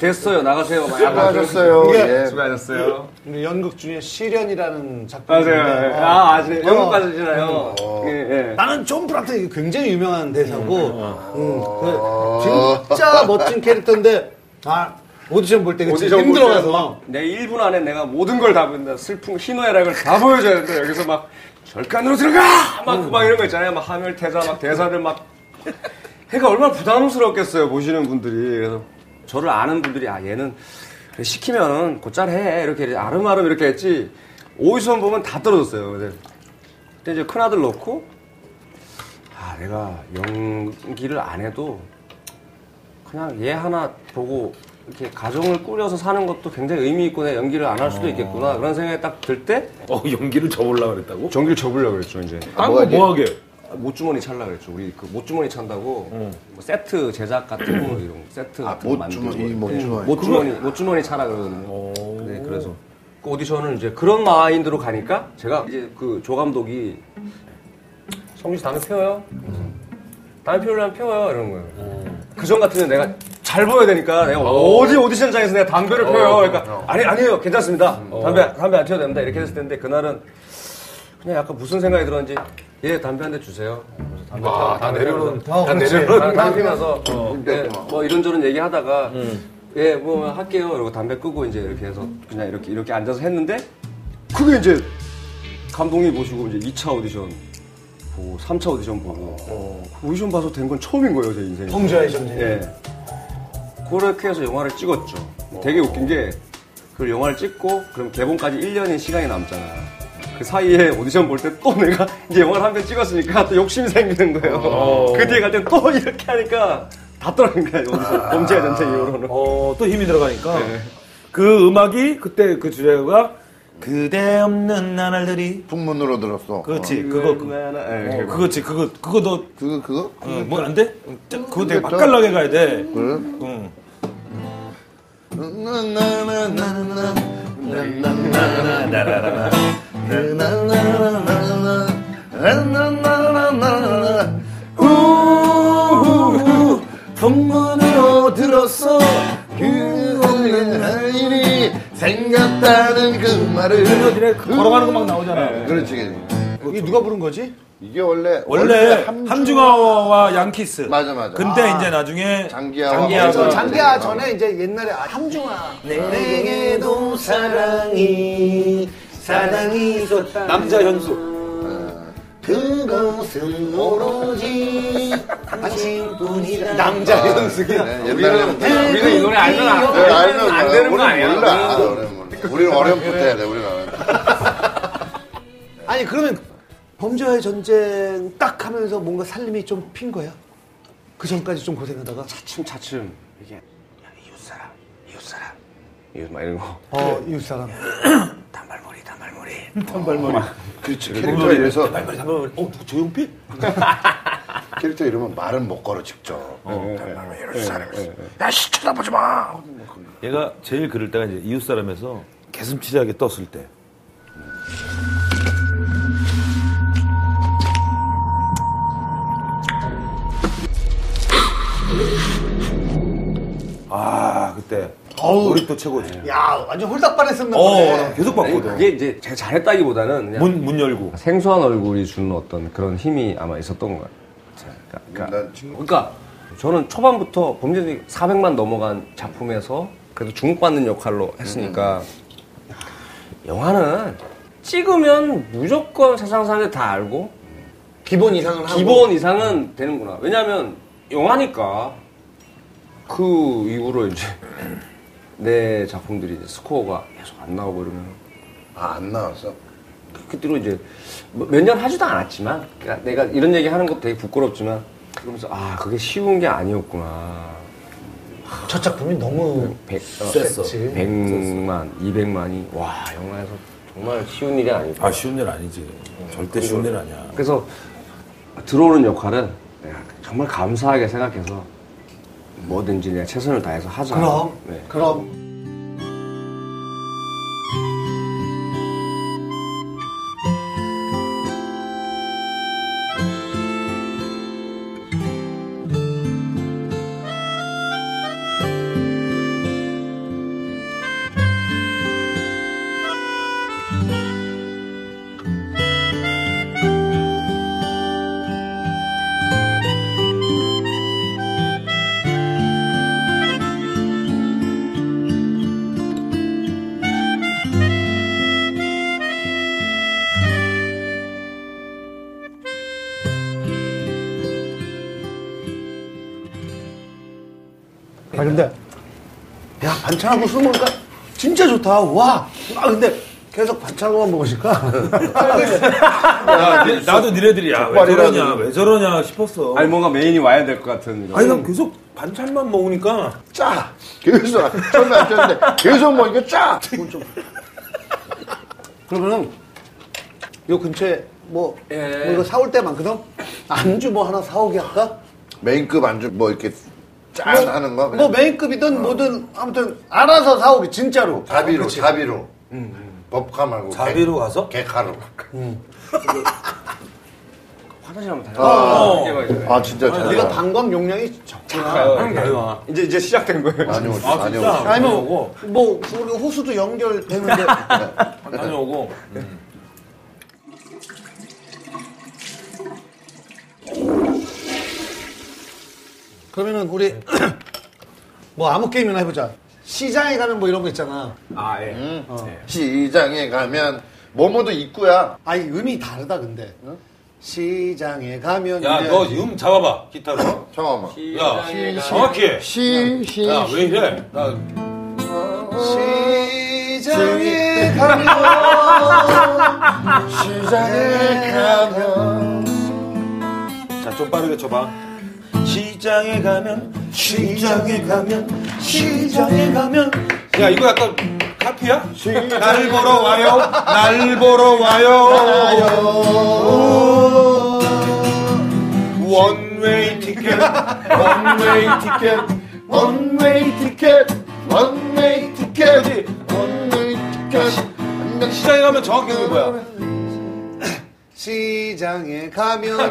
S3: 됐어요 나가세요 막 약간
S4: 수고하셨어요.
S1: 이게
S4: 예.
S3: 수고하셨어요.
S1: 근데 연극 중에 시련이라는 작품이
S3: 맞아요.
S1: 있는데,
S3: 예.
S1: 어.
S3: 아 아시네. 연극 가시잖아요. 예, 예.
S1: 나는 존 프락트 이게 굉장히 유명한 대사고 음, 그 진짜 멋진 캐릭터인데 아 오디션 볼 때
S3: 오디션
S1: 힘들어가서
S3: 내 1분 안에 내가 모든 걸 다 본다. 슬픔, 희노애락을 다 보여줘야 된다. 여기서 막 절간으로 들어가! 막, 그 막 이런 거 있잖아요. 막 하멸태자, 막 대사를 막. 해가 얼마나 부담스럽겠어요. 보시는 분들이. 그래서 저를 아는 분들이 아, 얘는 그래, 시키면은 곧잘 해. 이렇게 아름아름 이렇게 했지. 오이선 보면 다 떨어졌어요. 근데 그때 이제 큰아들 넣고 아, 내가 연기를 안 해도 그냥 얘 하나 보고 이렇게 가정을 꾸려서 사는 것도 굉장히 의미 있고 내 연기를 안 할 수도 있겠구나 그런 생각이 딱 들 때
S8: 아. 어 연기를 접으려고 그랬다고?
S3: 전기를 접으려고 그랬죠 이제
S8: 딴거 뭐하게?
S3: 아, 못주머니 찰라 그랬죠 우리 그 못주머니 찬다고 뭐 세트 제작 같은 거 이런 거, 세트
S4: 아,
S3: 같은 거 만들고
S4: 못주머니, 못주머니.
S3: 못주머니 못주머니 차라
S8: 어.
S3: 그러거든요 네 그래서 그 오디션을 이제 그런 마인드로 가니까 제가 이제 그 조 감독이 성규 씨 담배 피워요? 담배 피우려면 피워요 이런 거예요
S2: 음.
S3: 그전 같으면 내가 잘 보여야 되니까 내가 어디 오디션장에서 내가 담배를
S2: 어,
S3: 펴요. 그러니까 아니 아니에요
S2: 음.
S3: 괜찮습니다. 담배 담배 안 피워도 됩니다. 이렇게 했을 텐데 그날은 그냥 약간 무슨 생각이 들었는지 예, 담배 한 대 주세요. 그래서 담배
S2: 와, 다 내려놓은- 다 내려놓은-
S3: 내려놓은. 담배 피면서, 어, 예, 뭐 이런저런 얘기하다가,
S2: 음.
S3: 예, 뭐 할게요. 이러고 담배 끄고 이제 이렇게 해서 그냥 이렇게, 이렇게 앉아서 했는데, 그게 이제 감독님 보시고 이제 2차 오디션 보고, 3차 오디션 보고,
S1: 어.
S3: 오디션 봐서 된 건 처음인 거예요, 제 인생에.
S1: 범죄의 전쟁.
S3: 예. 그렇게 해서 영화를 찍었죠.
S1: 어.
S3: 되게 웃긴 게, 그 영화를 찍고, 그럼 개봉까지 1년의 시간이 남잖아. 그 사이에 오디션 볼 때 또 내가 이제 영화를 한 편 찍었으니까 또 욕심이 생기는 거예요.
S1: 어.
S3: 그 뒤에 갈 땐 또 이렇게 하니까 다 떨어진 거야,
S1: 아.
S3: 여기서. 범죄의 전쟁 이후로는.
S6: 어, 또 힘이 들어가니까. 그 음악이 그때 그 주제가 그대 없는 나날들이
S4: 풍문으로 들었어.
S6: 그렇지 그거 그,
S3: 예.
S6: 어, 그거지 그거 그거 너
S4: 그거 그거?
S6: 뭐 안 돼? 그거 되게 맛깔나게 가야 돼.
S4: 그래?
S6: 응.
S4: 우후 풍문으로 들었어 그 없는 할 일이 생겼다는 그 말을
S6: 걸어가는 거 막 나오잖아.
S4: 그렇지
S1: 이게 누가 부른 거지?
S4: 이게 원래
S6: 원래
S4: 함-
S6: 함중아와 양키스.
S4: 맞아, 맞아.
S6: 근데 이제 나중에
S4: 장기하와
S1: 저
S4: 장기하와
S1: 장기하 전에 이제 옛날에 아, 함중아 내게도 사랑이 사랑이 있었다
S2: 남자 현수.
S1: 그것은 오로지 당신뿐이다 남자
S4: 네, 옛날에
S3: 우리는 이 노래 알면 안
S4: 네, 알면
S3: 안 되는 거
S4: 우리는
S3: 아니야?
S4: 몰라. 우리는 몰라. 우리는 어렴풋 해야 돼, 우리는.
S1: 아니 그러면 범죄와의 전쟁 딱 하면서 뭔가 살림이 좀 핀 거야? 그 전까지 좀 고생하다가
S3: 차츰차츰, 이게, 야, 이웃사람, 이웃사람. 이웃 막 이런 거.
S1: 어 이웃사람
S3: 단발머리, 단발머리.
S4: 그렇지.
S6: 네,
S4: 캐릭터 이래서
S6: 잠깐만, 어 누구 조용필?
S4: 캐릭터 이름은 말은 못 걸어 직접. 네, 정말 이런 사람이 나씨 쳐다보지 마.
S6: 얘가 제일 그럴 때가 이제 이웃 사람에서 개슴치레하게 떴을 때. 아 그때
S1: 어우.
S6: 우리 또 최고지.
S1: 야 아, 완전 홀딱 반했었나
S6: 어, 나
S1: 보네
S6: 계속
S3: 아니,
S6: 봤거든.
S3: 그게 이제 제가 잘했다기보다는 그냥
S6: 문, 문 열고.
S3: 생소한 얼굴이 주는 어떤 그런 힘이 아마 있었던 것 같아요. 그러니까,
S4: 난 친구-
S3: 그러니까 저는 초반부터 범죄 400만 넘어간 작품에서 그래도 주목받는 역할로 했으니까
S6: 음.
S3: 영화는 찍으면 무조건 세상 사람들 다 알고
S1: 기본 이상은 하고
S3: 기본 이상은 되는구나. 왜냐하면 영화니까 그 이후로 이제 내 작품들이 이제 스코어가 계속 안 나오고 이러면
S4: 아, 안 나왔어.
S3: 그 뒤로 이제 뭐 몇 년 하지도 않았지만 그러니까 내가 이런 얘기 하는 것도 되게 부끄럽지만 그러면서 아 그게 쉬운 게 아니었구나
S1: 첫 작품이 너무
S3: 백,
S1: 쎘어.
S3: 100만 200만이 와 영화에서 정말 쉬운 일이 아니고
S6: 아, 쉬운 일 아니지. 절대 쉬운 일 아니야.
S3: 그래서 들어오는 역할은 내가 정말 감사하게 생각해서 뭐든지 내가 최선을 다해서 하자
S1: 그럼
S3: 네.
S1: 그럼 아 근데 야 반찬하고 술 먹으니까 진짜 좋다 와 아, 근데 계속 반찬만 먹으니까
S6: 야, 니- 나도 니네들이야. 아, 왜
S4: 족발이라도.
S6: 저러냐, 왜 저러냐 싶었어.
S3: 아니 뭔가 메인이 와야 될 것 같은 이런 네.
S6: 아니, 난
S1: 그
S6: 계속 반찬만 먹으니까.
S4: 짜. 계속 안- 처음에 안 짰는데 계속 뭐 먹으니까 짜.
S1: 그러면은 요 근처에 뭐,
S4: 예.
S1: 뭐 이거 사올 때만큼 안주 뭐 하나 사오게 할까?
S4: 메인급 안주 뭐 이렇게 짠 하는 거
S1: 뭐
S4: 그냥
S1: 메인급이든 뭐든 아무튼 알아서 사오게 진짜로
S4: 자비로 자비로. 법카 말고
S6: 음, 자비로 가서?
S4: 개카로. 음.
S3: 화장실 한번 다녀
S4: 아 진짜 잘.
S1: 우리가 방광 용량이 적구나
S3: 아, 이제 이제 시작된 거예요
S4: 많이 오지 많이 오지.
S1: 아니면 뭐 우리 호수도 연결되는데 네.
S6: 다녀오고. 음.
S1: 그러면은 우리 뭐 아무 게임이나 해보자. 시장에 가면 뭐 이런 거 있잖아.
S8: 아, 예.
S4: 시장에 가면 뭐뭐도 있고야.
S1: 아니 음이 다르다 근데. 어? 시장에 가면
S2: 야,
S1: 이제-
S2: 너 음 잡아봐, 기타로.
S4: 잠깐만.
S2: 야, 정확히 해.
S4: 시, 시,
S2: 야, 왜 이래? 나
S1: 시장에 가면
S4: 시장에 가면
S6: 자, 좀 빠르게 쳐봐. 시장에 가면, 시장에 가면, 시장에 가면.
S2: 야, 이거 약간 카피야?
S6: 날 보러 와요, 날 보러 와요. 원웨이 티켓, 원웨이 티켓.
S4: 원웨이 티켓, 원웨이 티켓, 원웨이 티켓.
S2: 시장에 가면 정확히 이게 뭐야?
S1: 시장에 가면
S4: 아,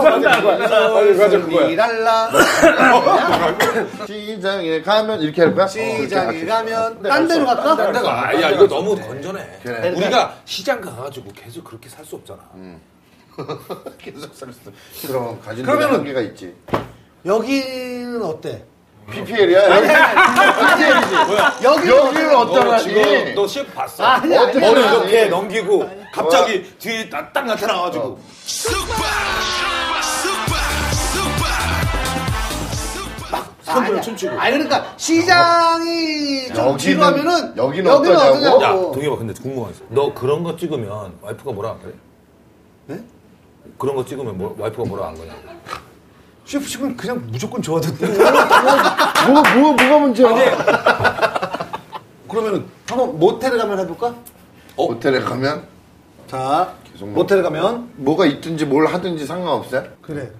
S1: 왔다 미랄라
S4: 어, 시장에 가면 이렇게 네, 할 거야?
S1: 시장에 가면 딴 데로 갈까?
S2: 아, 야, 이거 너무 건전해.
S4: 그래.
S2: 우리가 시장 가가지고 계속 그렇게 살 수 없잖아.
S4: 계속 살수 있어. 그럼 가진
S1: 그러면은-
S4: 그러면 한계가 있지.
S1: 여기는 어때?
S4: PPL이야.
S1: 여기는 어때?
S4: 여기는
S2: 너
S4: 어떠하니?
S1: 네.
S2: 지금 너 CF 봤어?
S1: 아,
S4: 어떻게
S2: 머리
S4: 하니?
S2: 이렇게 넘기고 갑자기 뒤에 딱, 딱 나타나가지고
S1: 어. 아니야. 아니 그러니까 시장이 좀
S4: 여기는-
S1: 뒤로 하면은
S4: 여기는 어떠냐고?
S2: 야,
S1: 어떠냐고?
S2: 동혁아, 근데 궁금한 게 있어. 너 그런 거 찍으면 와이프가 뭐라 안 그래?
S1: 네?
S2: 그런 거 찍으면 뭐, 와이프가 뭐라 안 그러냐고.
S1: 셰프 지금 그냥 무조건 좋아하던데.
S4: 뭐가 뭐, 뭐가 문제야?
S1: 그러면은 한번 모텔에 가면 해볼까?
S4: 호텔에 가면
S1: 자,
S4: 계속 먹-
S1: 모텔에 가면
S4: 뭐가 있든지 뭘 하든지 상관없어요?
S1: 그래.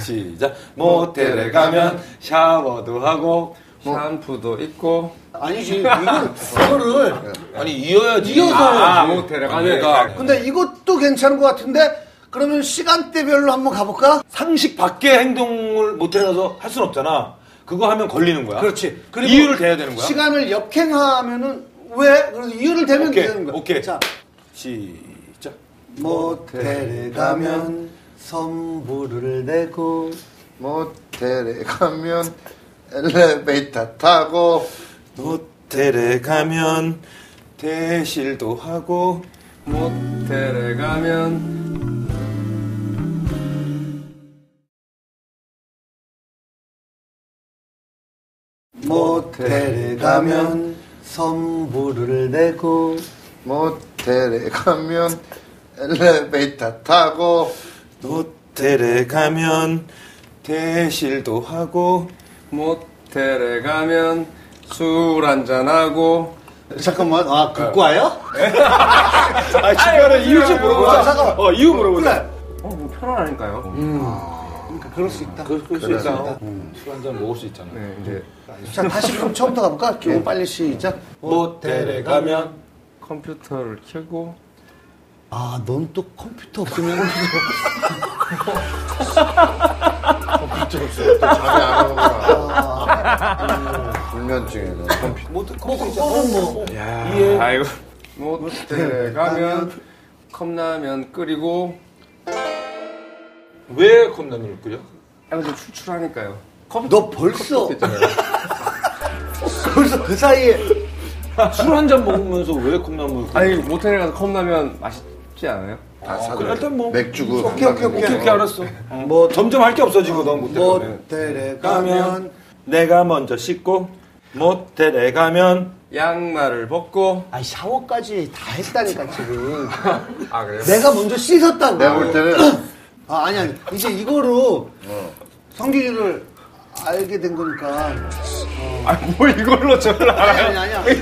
S3: 시작. 모텔에 가면 샤워도 하고 샴푸도 있고.
S1: 아니지 이걸 이거를
S2: 아니, 이어야지.
S1: 이어서
S3: 아,
S1: 해야지.
S3: 모텔에
S2: 아,
S3: 가면.
S2: 내가
S1: 근데 이것도 괜찮은 것 같은데 그러면 시간대별로 한번 가볼까?
S2: 상식 밖의 행동을 모텔에 가서 할 순 없잖아. 그거 하면 걸리는 거야.
S1: 그렇지. 그리고
S2: 이유를 대야 되는 거야.
S1: 시간을 역행하면은 왜? 그래서 이유를 대면
S2: 오케이,
S1: 되는 거야.
S2: 오케이.
S1: 자,
S2: 시작.
S1: 모텔에 가면 선불을 내고
S4: 모텔에 가면 엘리베이터 타고
S6: 호텔에 가면 대실도 하고
S3: 모텔에 가면
S1: 모텔에 가면 선불을 내고
S4: 모텔에 가면 엘리베이터 타고
S6: 호텔에 가면 대실도 하고
S3: 모텔에 가면 술 한잔하고
S1: 잠깐만 아
S2: 네.
S1: 극과예요?
S8: 아, 시간은 이유 좀 물어보자.
S1: 아, 잠깐만.
S8: 어, 이유 물어보자.
S3: 어뭐 편안하니까요.
S1: 그러니까 그럴 수 있다.
S2: 그럴 수 있다. 술 한 잔 먹을 수 있잖아.
S3: 네, 이제
S1: 자 다시 그럼 처음부터 가볼까? 기본 빨리 시작.
S2: 호텔에 예. 가면
S3: 컴퓨터를 켜고
S1: 아 넌 또 컴퓨터 없으면
S4: 잠이 안 오구나. 불면증이네.
S2: 모텔 컴퓨터 있잖아.
S1: 그거는 뭐
S3: 아이고 모텔에 가면 컵라면 끓이고
S2: 왜 컵라면을 끓여?
S3: 아무튼 출출하니까요.
S1: 너 벌써 벌써 그 사이에
S2: 술 한 잔 먹으면서 왜 컵라면을 끓여?
S3: 아니 모텔에 가서 컵라면 맛있지 않아요?
S4: 다 사들.
S2: 그래, 일단 뭐.
S4: 맥주고.
S1: 오케이, 오케이, 오케이.
S2: 오케이, 오케이, 알았어.
S1: 뭐
S2: 점점 할 게 없어지고, 넌 모텔 가면.
S3: 뭐
S1: 모텔에 가면
S6: 내가 먼저 씻고 모텔에 가면
S3: 양말을 벗고
S1: 아 샤워까지 다 했다니까 지금
S3: 아 그래요?
S1: 내가 먼저 씻었다고
S4: 내가 볼 때는 어.
S1: 아 아니 아니 이제 이거로 성기를 알게 된 거니까 어.
S3: 뭐 이걸로 저를
S1: 아니 아니 아니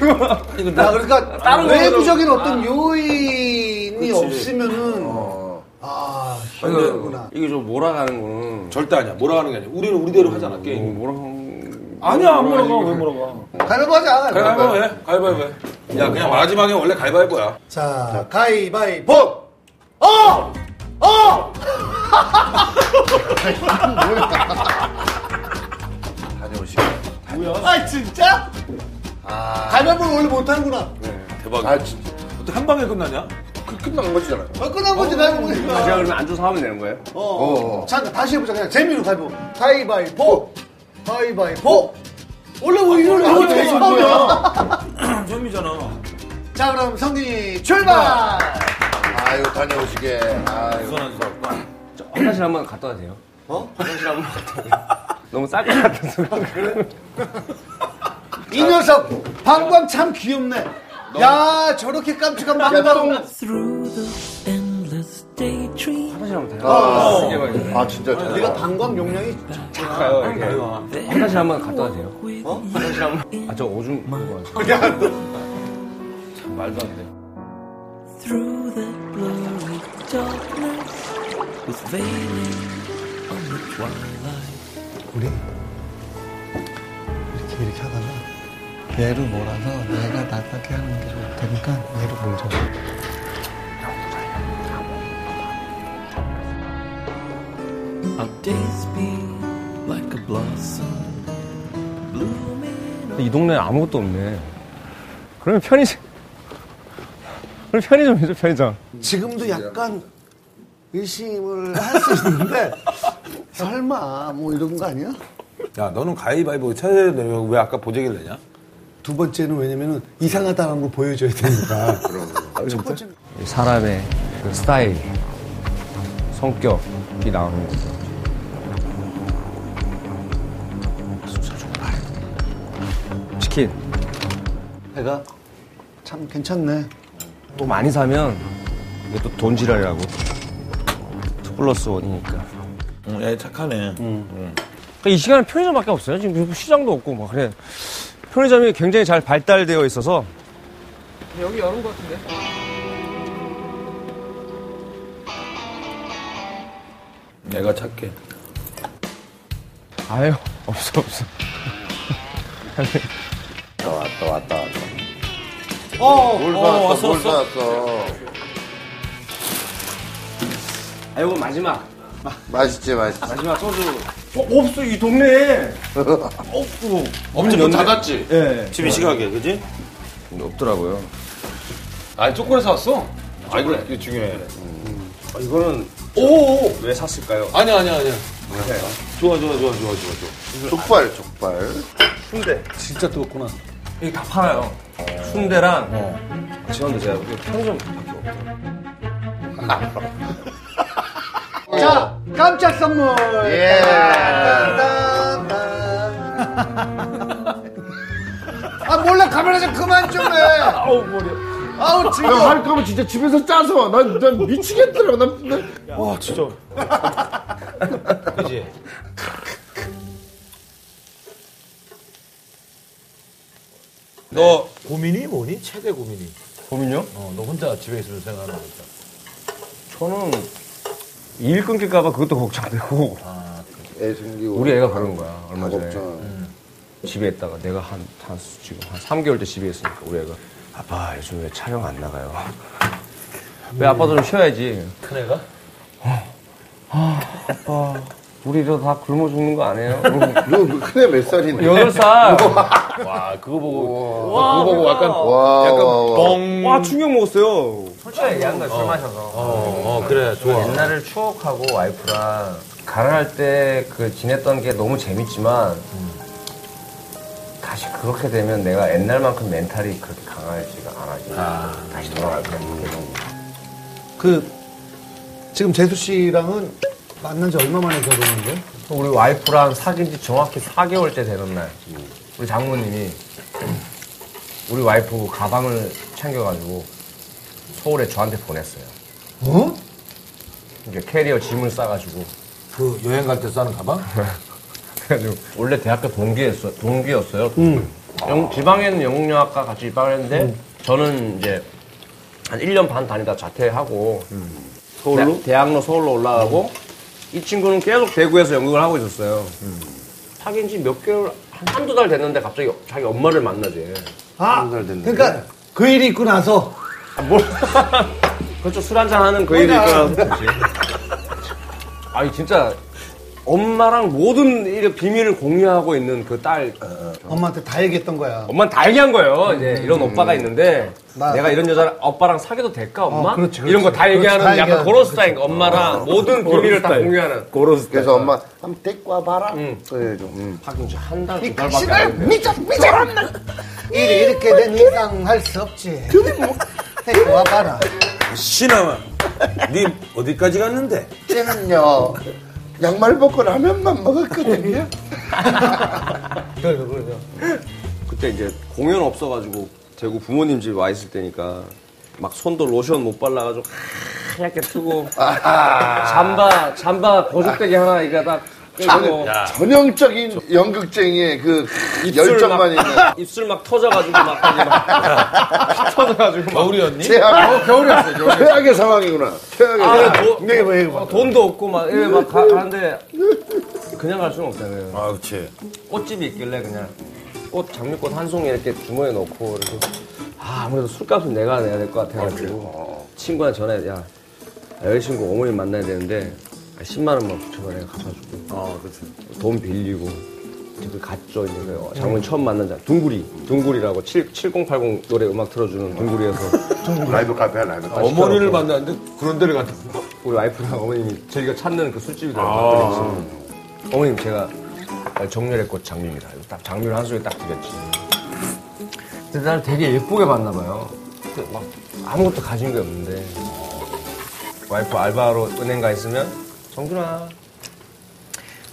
S1: 나 그러니까 외부적인
S3: 아.
S1: 어떤 요인이 없으면은
S4: 어.
S1: 아 힘들구나
S3: 이게 좀 몰아가는 거는
S2: 절대 아니야. 몰아가는 게 아니야. 우리는 우리대로 하잖아,
S3: 뭐
S2: 게임.
S3: 몰아가는
S2: 아니야, 안 몰아가. 왜 몰아가?
S1: 가위바위보 하자
S2: 가위바위보 해. 가위바위보 해. 야, 그냥 마지막에 원래 가위바위보야.
S1: 자 아, 가위바위보 어! 어!
S4: 다녀오시고.
S1: 아 진짜? 가위바위보 원래 못하는구나 어,
S2: 대박.
S4: 아, 진짜.
S2: 어떻게 한 방에 끝나냐?
S1: 그,
S4: 끝난 거잖아.
S1: 어, 끝난 거지 나는 모르니까.
S3: 제가 그러면 안주서 하면 되는 거예요?
S1: 어.
S4: 어.
S1: 자, 다시 해보자. 그냥 재미로 가위바위보. 가위바위보. 가위바위보. 원래 뭐 이런 거 어떻게 해서 뭐야.
S6: 재미잖아.
S1: 자, 그럼 성진이 출발!
S4: 아유 다녀오시게. 아유.
S3: 저 화장실 한번 갔다 와도 돼요?
S1: 어?
S3: 화장실 한번 갔다 와도 돼요? 너무 쌀 것 같아서.
S1: 이 녀석! 방광 참 귀엽네. 야, 저렇게 깜찍한 방광.
S3: 화장실 한번 가요.
S4: 아 진짜 잘.
S1: 우리가 방광 용량이
S3: 가요, 이렇게. 화장실 한번 갔다 와도 돼요? 어? 화장실 한번. 아, 저 오줌 그거 하죠. 참 말도 안 돼요.
S1: 우리 이렇게 이렇게 하다가 얘를 몰아서 내가 낫게 하는 게 좋을 테니까 얘를 몰자.
S3: 이 동네에 아무것도 없네. 그러면 편의점. 그럼 편의점 해줘, 편의점.
S1: 지금도 약간 의심을 할 수 있는데 설마 뭐 이런 거 아니야?
S6: 야, 너는 가위바위보 차야 되면 왜 아까 보재기를 내냐?
S1: 두 번째는 왜냐면은 이상하다는 걸 보여줘야 되니까. 첫 번째 는
S3: 사람의 그 스타일, 성격이 나오는 거죠. 치킨
S1: 내가 참 괜찮네.
S3: 또 많이 사면 이게 또 돈 지랄이라고. 투 플러스 원이니까. 음. 그러니까
S6: 응, 애 음, 착하네. 음.
S3: 이 시간에 편의점밖에 없어요. 지금 시장도 없고 막 그래. 편의점이 굉장히 잘 발달되어 있어서
S5: 여기 열은 것 같은데.
S6: 애가 착해.
S3: 아유 없어 없어.
S4: 왔다 왔다 왔다. 왔다.
S1: 어,
S4: 뭘 사왔어? 뭘 사왔어?
S3: 아 이거 마지막
S4: 맛있지 맛있지.
S3: 마지막 소주. 없어 이 동네에. 없고.
S2: 엄지 문 닫았지?
S3: 예.
S6: 집이 시각이야, 그지?
S3: 없더라고요.
S2: 아니, 초콜릿 사왔어. 아, 그래. 이거 중요해.
S3: 이거는
S2: 오오오.
S3: 왜 샀을까요?
S2: 아니야, 아니야, 아니야. 좋아, 좋아, 좋아, 좋아, 좋아, 좋아.
S4: 족발 족발.
S2: 진짜 뜨겁구나.
S3: 이게 다 팔아요. 순대랑 지원도 제가 우리 편의점밖에 없어요.
S1: 자, 깜짝 선물.
S4: 예.
S1: 아 몰라 카메라 좀 그만 좀 해.
S4: 아우 머리.
S1: 아우 지금.
S4: 할 거면 진짜 집에서 짜서 난, 난 미치겠더라. 난, 난
S2: 그지? 너
S6: 고민이 뭐니? 최대 고민이.
S3: 고민요?
S6: 어, 너 혼자 집에 있으면 생각하는 거니까.
S3: 저는 일 끊길까봐 그것도 걱정되고
S4: 애 생기고.
S3: 우리 애가 그런 거야 얼마 전에
S4: 걱정.
S3: 집에 있다가 내가 한, 한 수- 지금 한 3개월째 집에 있으니까 우리 애가 아빠 요즘 왜 촬영 안 나가요? 왜 아빠도 좀 쉬어야지
S2: 큰애가?
S3: 아빠 우리 저 다 굶어 죽는 거 아니에요?
S4: 너 큰애 뭐 몇 살인데?
S3: 여덟 살
S2: 와, 그거 보고.
S3: 와,
S2: 그거 보고 약간.
S4: 와.
S2: 약간
S4: 와, 와.
S2: 뻥.
S3: 와 충격 먹었어요 솔직히 옛날 술 마셔서
S2: 어, 어, 그래, 좋아.
S3: 옛날을 추억하고 와이프랑 가난할 때 그 지냈던 게 너무 재밌지만 다시 그렇게 되면 내가 옛날만큼 멘탈이 그렇게 강하지가 않아지 다시 돌아갈 거야
S1: 그 지금 재수 씨랑은 만난 지 얼마 만에 결혼한 거예요?
S3: 우리 와이프랑 사귄 지 정확히 4개월째 되는 날 우리 장모님이 우리 와이프 가방을 챙겨가지고 서울에 저한테 보냈어요
S1: 어?
S3: 이제 캐리어 짐을 싸가지고
S6: 그 여행 갈 때 싸는 가방?
S3: 그래가지고 원래 대학교 동기였어, 동기였어요.
S6: 음.
S3: 영- 지방에는 영국영학과 같이 입학을 했는데 저는 이제 한 1년 반 다니다 자퇴하고
S6: 음.
S3: 서울로? 대, 대학로 서울로 올라가고 이 친구는 계속 대구에서 연극을 하고 있었어요. 사귄 지 몇 개월, 한, 한두 달 됐는데 갑자기 자기 엄마를 만나지.
S1: 아, 그러니까 그 일이 있고 나서
S3: 그렇죠, 술 한잔 하는 그 일이 있더라고. 아니, 진짜 엄마랑 모든 이 비밀을 공유하고 있는 그 딸.
S1: 엄마한테 다 얘기했던 거야.
S3: 엄마는 다 얘기한 거예요. 이제 이런 오빠가 있는데
S1: 음. 나-
S3: 내가 이런 여자를 오빠랑 사귀어도 될까 엄마?
S1: 어, 그렇지, 그렇지.
S3: 이런 거 다
S1: 그렇지,
S3: 얘기하는
S1: 다
S3: 약간
S1: 얘기하는 어.
S3: 그런 스타일. 엄마랑 모든 비밀을 다
S6: 스타일.
S3: 공유하는.
S6: 고런 스타일.
S4: 그래서 엄마 한번 데리고 와봐라. 그래가지고 음.
S3: 하긴 이제 한 달, 두 달밖에 안
S1: 가시나요?
S3: 됐네.
S1: 미쳐 미쳐라 나. 이래 이렇게 된 이상 할 수 없지.
S4: 뭐?
S1: 데리고 와봐라.
S6: 신하마. 네 어디까지 갔는데?
S4: 쟤는요 양말 벗고 라면만 먹었거든요.
S3: 그때 이제 공연 없어가지고 대구 부모님 집 와 있을 때니까 막 손도 로션 못 발라가지고 하얗게 뜨고 잠바 잠바 보석대기 하나 이거 딱 끼고
S4: 전형적인 연극쟁이의 그 열정만 있는
S3: 입술 막 터져가지고 막, 거기 막 터져가지고 막
S6: 겨울이었니?
S4: 최악. 겨울이었어. 최악의 상황이구나. 최악의
S3: 아,
S4: 상황.
S3: 도,
S1: 이게 뭐 이거.
S3: 막 돈도 없고 막 이래 막 가- 가는데 그냥 갈 수는 없잖아요
S6: 아, 그렇지.
S3: 꽃집이 있길래 그냥 꽃 장미꽃 한 송이 이렇게 주머니에 넣고 이렇게 아, 아무래도 술값은 내가 내야 될 것 같아가지고 친구한테 전화해 야 여자친구 어머니 만나야 되는데 아, 10만 원만 붙여봐 내가 갚아줄게
S6: 어, 그렇지.
S3: 돈 빌리고 저기 갔죠 이제 그 장모님 처음 만난 자 둥구리 둥구리라고 7, 7080 노래 음악 틀어주는 둥구리에서
S4: 라이브 카페야 라이브 카페.
S6: 어머니를 만났는데 그런 데를 갔다.
S3: 우리 와이프랑 어머님이 저희가 찾는 그
S6: 아.
S3: 술집이더라고요. 그래서 어머님 제가 정렬의 꽃 장미입니다. 이거 딱 장미를 한 송이 딱 드렸지. 근데 나를 되게 예쁘게 봤나 봐요. 근데 막 아무것도 가진 게 없는데 와이프 알바로 은행 가 있으면 정준아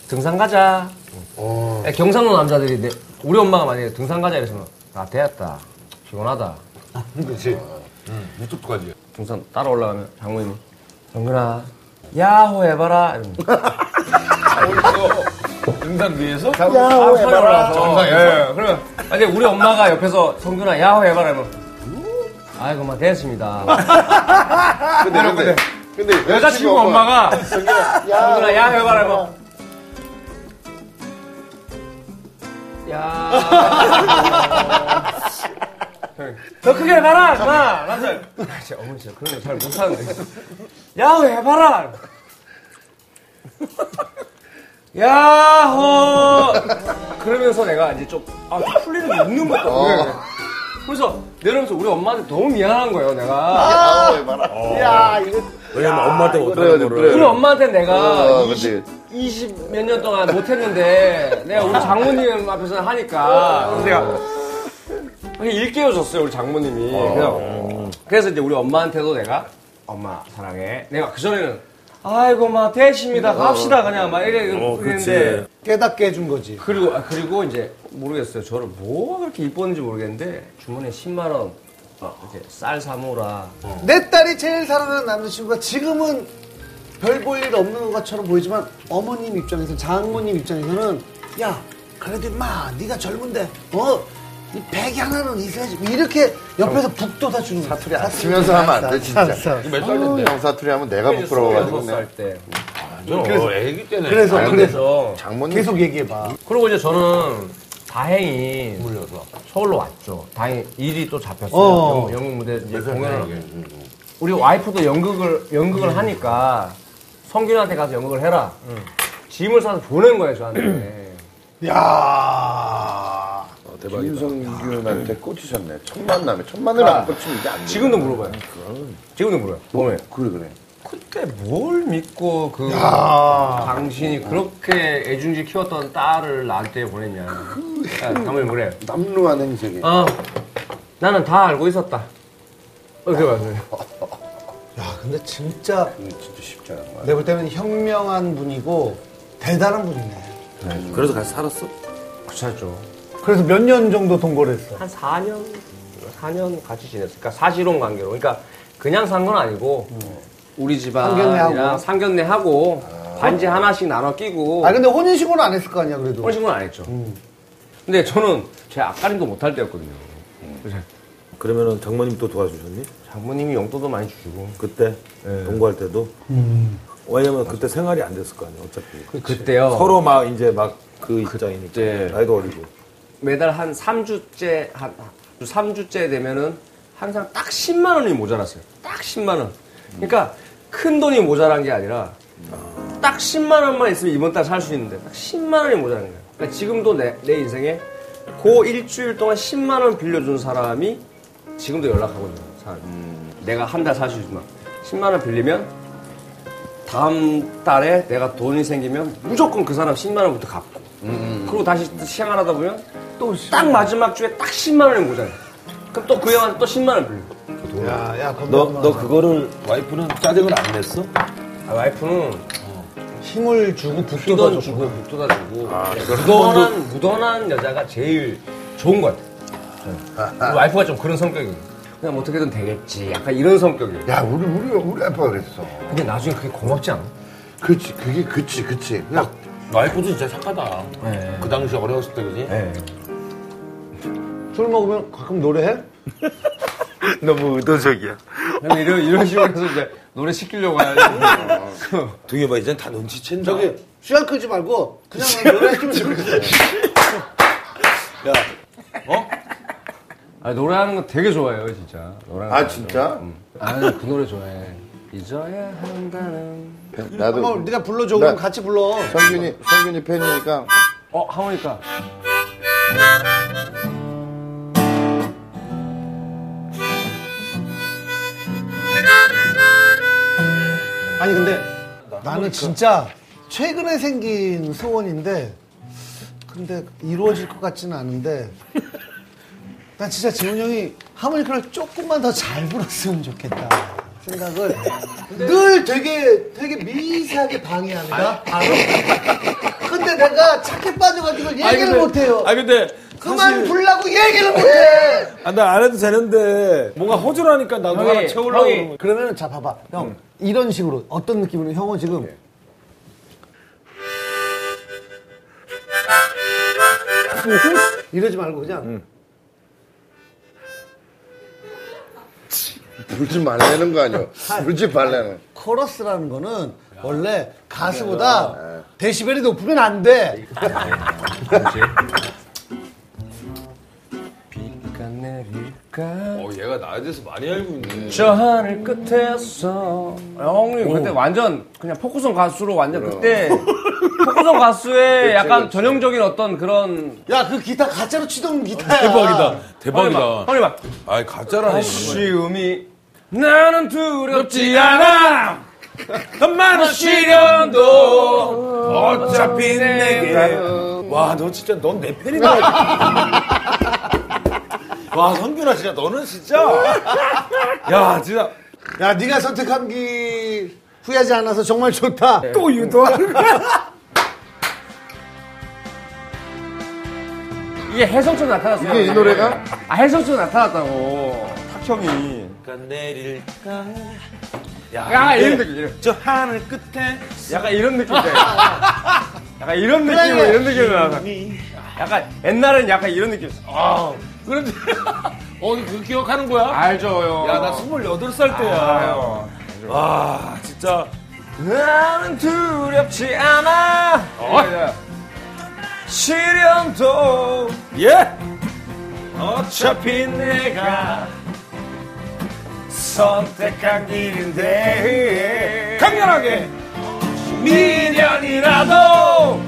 S3: 등산 가자.
S6: 어.
S3: 야, 경상도 남자들이 내- 우리 엄마가 만약에 등산 가자 이랬으면 나 되었다 피곤하다 어.
S6: 그렇지. 응, 무뚝뚝하지.
S3: 등산 따라 올라가면 장모님 정근아 야호 해봐라 이러면
S6: 아, 등산 위에서?
S3: 야호 해봐라 정상 아, 예, 예. 그러면 만약에 우리 엄마가 옆에서 정근아 야호 해봐라 이러면 아이고 막 됐습니다
S4: 근데 근데 근데
S3: 여자친구 엄마가 정근아 야호 해봐라 뭐. 이러면 야. 더 크게 해봐라! 나! 나는! 아, 진짜 어머니 진짜 그런 거 잘 못하는데. 야호 해봐라! 야호! 그러면서 내가 이제 좀, 아, 좀 풀리는 게 있는 것 같아. 그래. 그래서 내려오면서 우리 엄마한테 너무 미안한 거예요, 내가.
S4: 아. 어,
S6: 왜냐면 엄마한테 어떤
S4: 그래가지고,
S6: 거를.
S3: 우리 엄마한테 내가
S4: 어,
S3: 이
S4: 그치.
S3: 20 몇 년 동안 못했는데 내가 우리 장모님 앞에서 하니까 그래서 내가 그냥 일깨워줬어요 우리 장모님이 그냥 그래서 이제 우리 엄마한테도 내가 엄마 사랑해 내가 그전에는 아이고 막 대십니다 갑시다 그냥 막 이래 그랬는데
S1: 깨닫게 해준 거지.
S3: 그리고 아, 그리고 이제 모르겠어요. 저를 뭐가 그렇게 이뻤는지 모르겠는데 주문에 10만 원 어, 이렇게 쌀 사모라.
S1: 내 딸이 제일 사랑하는 남자친구가 지금은 별 볼 일 없는 것처럼 보이지만 어머님 입장에서 장모님 입장에서는 야 그래도 임마 네가 젊은데 어이 백이 하나는 있어야지 이렇게 옆에서 북돋아 주는 어. 사투리 안
S4: 치면서 하면 안 돼 진짜.
S6: 몇
S4: 아유, 형 사투리 하면 내가 부끄러워가지고
S3: 26살 때.
S2: 그래서 애기 때는
S1: 그래서 그래서
S3: 그래서
S4: 장모님
S1: 계속 얘기해 봐.
S3: 그리고 이제 저는 다행히 물려서 서울로 왔죠. 다행히 일이 또 잡혔어요.
S1: 어.
S3: 영- 연극 무대 이제 뭐. 음. 공연을 우리 와이프도 연극을 연극을 하니까 성균한테 가서 연극을 해라. 짐을 사서 보낸 거예요 저한테.
S6: 어,
S4: 김성균한테 꽂히셨네. 첫 만남에 첫 만남에 안 꽂히면 이게 안 돼.
S3: 지금도 물어봐요. 지금도 물어요. 보면.
S4: 그래 그래.
S3: 음, 그때 뭘 믿고 그 당신이 그렇게 애중지 키웠던 딸을 나한테 보냈냐? 야, 담을 그래.
S4: 남루한 행색이.
S3: 어, 나는 다 알고 있었다. 이렇게 말해요.
S1: 야 아, 근데 진짜
S4: 이거 진짜 쉽지 않은 거야.
S1: 내가 볼 때는 현명한 분이고 대단한 분이네.
S6: 그래서 같이 살았어?
S3: 그렇죠.
S1: 그래서 몇 년 정도 동거를 했어.
S3: 한 4년, 4년 같이 지냈어. 그러니까 사실혼 관계로. 그러니까 그냥 산 건 아니고 음. 우리
S1: 상견례하고.
S3: 집안이랑 상견례하고
S6: 아.
S3: 반지 하나씩 나눠 끼고.
S1: 아 근데 혼인 신고는 안 했을 거 아니야 그래도.
S3: 그런 식으로 안 했죠.
S6: 음.
S3: 근데 저는 제 앞가림도 못할 때였거든요. 그래서
S6: 음. 그러면은 장모님 또 도와주셨니?
S3: 장모님이 용돈도 많이 주시고
S6: 그때 동거할 때도 음. 왜냐면 그때 생활이 안 됐을 거 아니야 어차피
S3: 그때요
S6: 서로 막 이제 막 그 입장이니까
S3: 그때.
S6: 나이도 어리고
S3: 매달 한 3주째 한 3주째 되면은 항상 딱 10만 원이 모자랐어요 딱 10만 원 그러니까 큰 돈이 모자란 게 아니라 딱 10만 원만 있으면 이번 달 살 수 있는데 딱 10만 원이 모자란 거예요. 그러니까 지금도 내, 내 인생에 그 일주일 동안 10만 원 빌려준 사람이 지금도 연락하고 있는 사람. 내가 한 달 살 수 있지만 10만 원 빌리면 다음 달에 내가 돈이 생기면 무조건 그 사람 10만 원부터 갚고 그리고 다시 생활하다 보면 또 딱 마지막 주에 딱 10만 원이 모자라. 그럼 또 그 형한테 또 10만 원 빌려.
S2: 야, 야, 너, 너 그거를 와이프는 짜증을 안 냈어?
S3: 아, 와이프는
S1: 힘을 주고
S3: 돈
S1: 붙들어 주고.
S3: 주고 북돋아 주고 네, 무던한 무던한 여자가 제일 좋은 것 같아. 우리 와이프가 좀 그런 성격이에요. 그냥 뭐 어떻게든 되겠지. 약간 이런 성격이에요.
S4: 야 우리 우리 우리 아빠가 그랬어.
S3: 근데 나중에 그게 고맙지 않아?
S4: 그렇지 그게 그치 그치. 그냥
S2: 와이프도 진짜 착하다. 그 당시 어려웠을 때, 그지?
S1: 술 먹으면 가끔 노래해?
S7: 너무 의도적이야.
S3: 근데 이런 이런 식으로 해서 이제 노래 시키려고 하는데
S2: 등에 봐, 이젠 다 눈치챈다.
S1: 저기 시간 끄지 말고 그냥 노래 시키면 되겠지.
S3: 아, 노래하는 거 되게 좋아해요, 진짜. 노래하는
S4: 아
S3: 거.
S4: 진짜?
S3: 아, 그 노래 좋아해. 잊어야 한다는.
S4: 나도
S1: 한번 네가 불러줘
S4: 나-
S1: 그럼 같이 불러.
S4: 성균이 성균이 팬이니까
S3: 어, 하모니까.
S1: 아니 근데 나는 진짜 최근에 생긴 소원인데 근데 이루어질 것 같지는 않은데 난 진짜 지훈 형이 하모니카를 조금만 더 잘 불었으면 좋겠다 생각을 늘 되게 되게 미세하게 방해한다 바로 근데 내가 착해 빠져가지고 얘기를 못해요
S6: 아 근데
S1: 그만 불라고 얘기를 못해
S6: 아, 나안 해도 되는데 뭔가 허술하니까 나도
S3: 형이,
S6: 하나 채우려고
S3: 형이.
S6: 그러는 거
S1: 그러면 자 봐봐 형
S6: 음.
S1: 이런 식으로 어떤 느낌으로 형은 지금
S6: 예.
S1: 이러지 말고 그냥
S6: 음.
S4: 울지 말라는 거 아니야? 울지 말라는.
S1: 코러스라는 거는 원래 가수보다
S6: 아, 예.
S1: 데시벨이 높으면 안 돼.
S3: 비가 내릴까?
S2: 어, 얘가 나에 대해서 많이 알고 있네.
S3: 저 하늘 끝에서 아, 형님 그때 완전 그냥 포크송 가수로 완전 그때 포크송 가수의 약간 전형적인 어떤 그런
S1: 야, 그 기타 가짜로 치던 기타야.
S6: 대박이다
S3: 형님 막,
S6: 대박이다
S3: 형님 막
S6: 아이 가짜라 하지
S3: 아쉬움이 나는 두렵지 않아 더 많은 시련도
S2: 아,
S6: 어차피 내게 와 너 진짜 넌 내 팬이다 와 성균아 진짜 너는 진짜 야 진짜
S1: 야, 네가 선택한 게 후회하지 않아서 정말 좋다.
S3: 네.
S6: 예.
S1: 또 유도하는 거
S3: 이게 해성처럼 나타났어요
S4: 이게 이 노래가?
S3: 아 해성처럼 나타났다고
S7: 탁형이
S3: 야 이런 느낌 이런. 저 하늘 끝에 약간 이런 느낌인데 약간 이런 느낌으로 이런 느낌으로 나가 약간 옛날엔 약간 이런 느낌
S2: 그런데, 어, 그 기억하는 거야?
S3: 알죠 형
S2: 야, 나 28살 때야.
S6: 와 진짜
S3: 나는 두렵지 않아 예, 시련도
S6: 예
S3: 어차피 내가 선택한 길인데 예. 강렬하게 미련이라도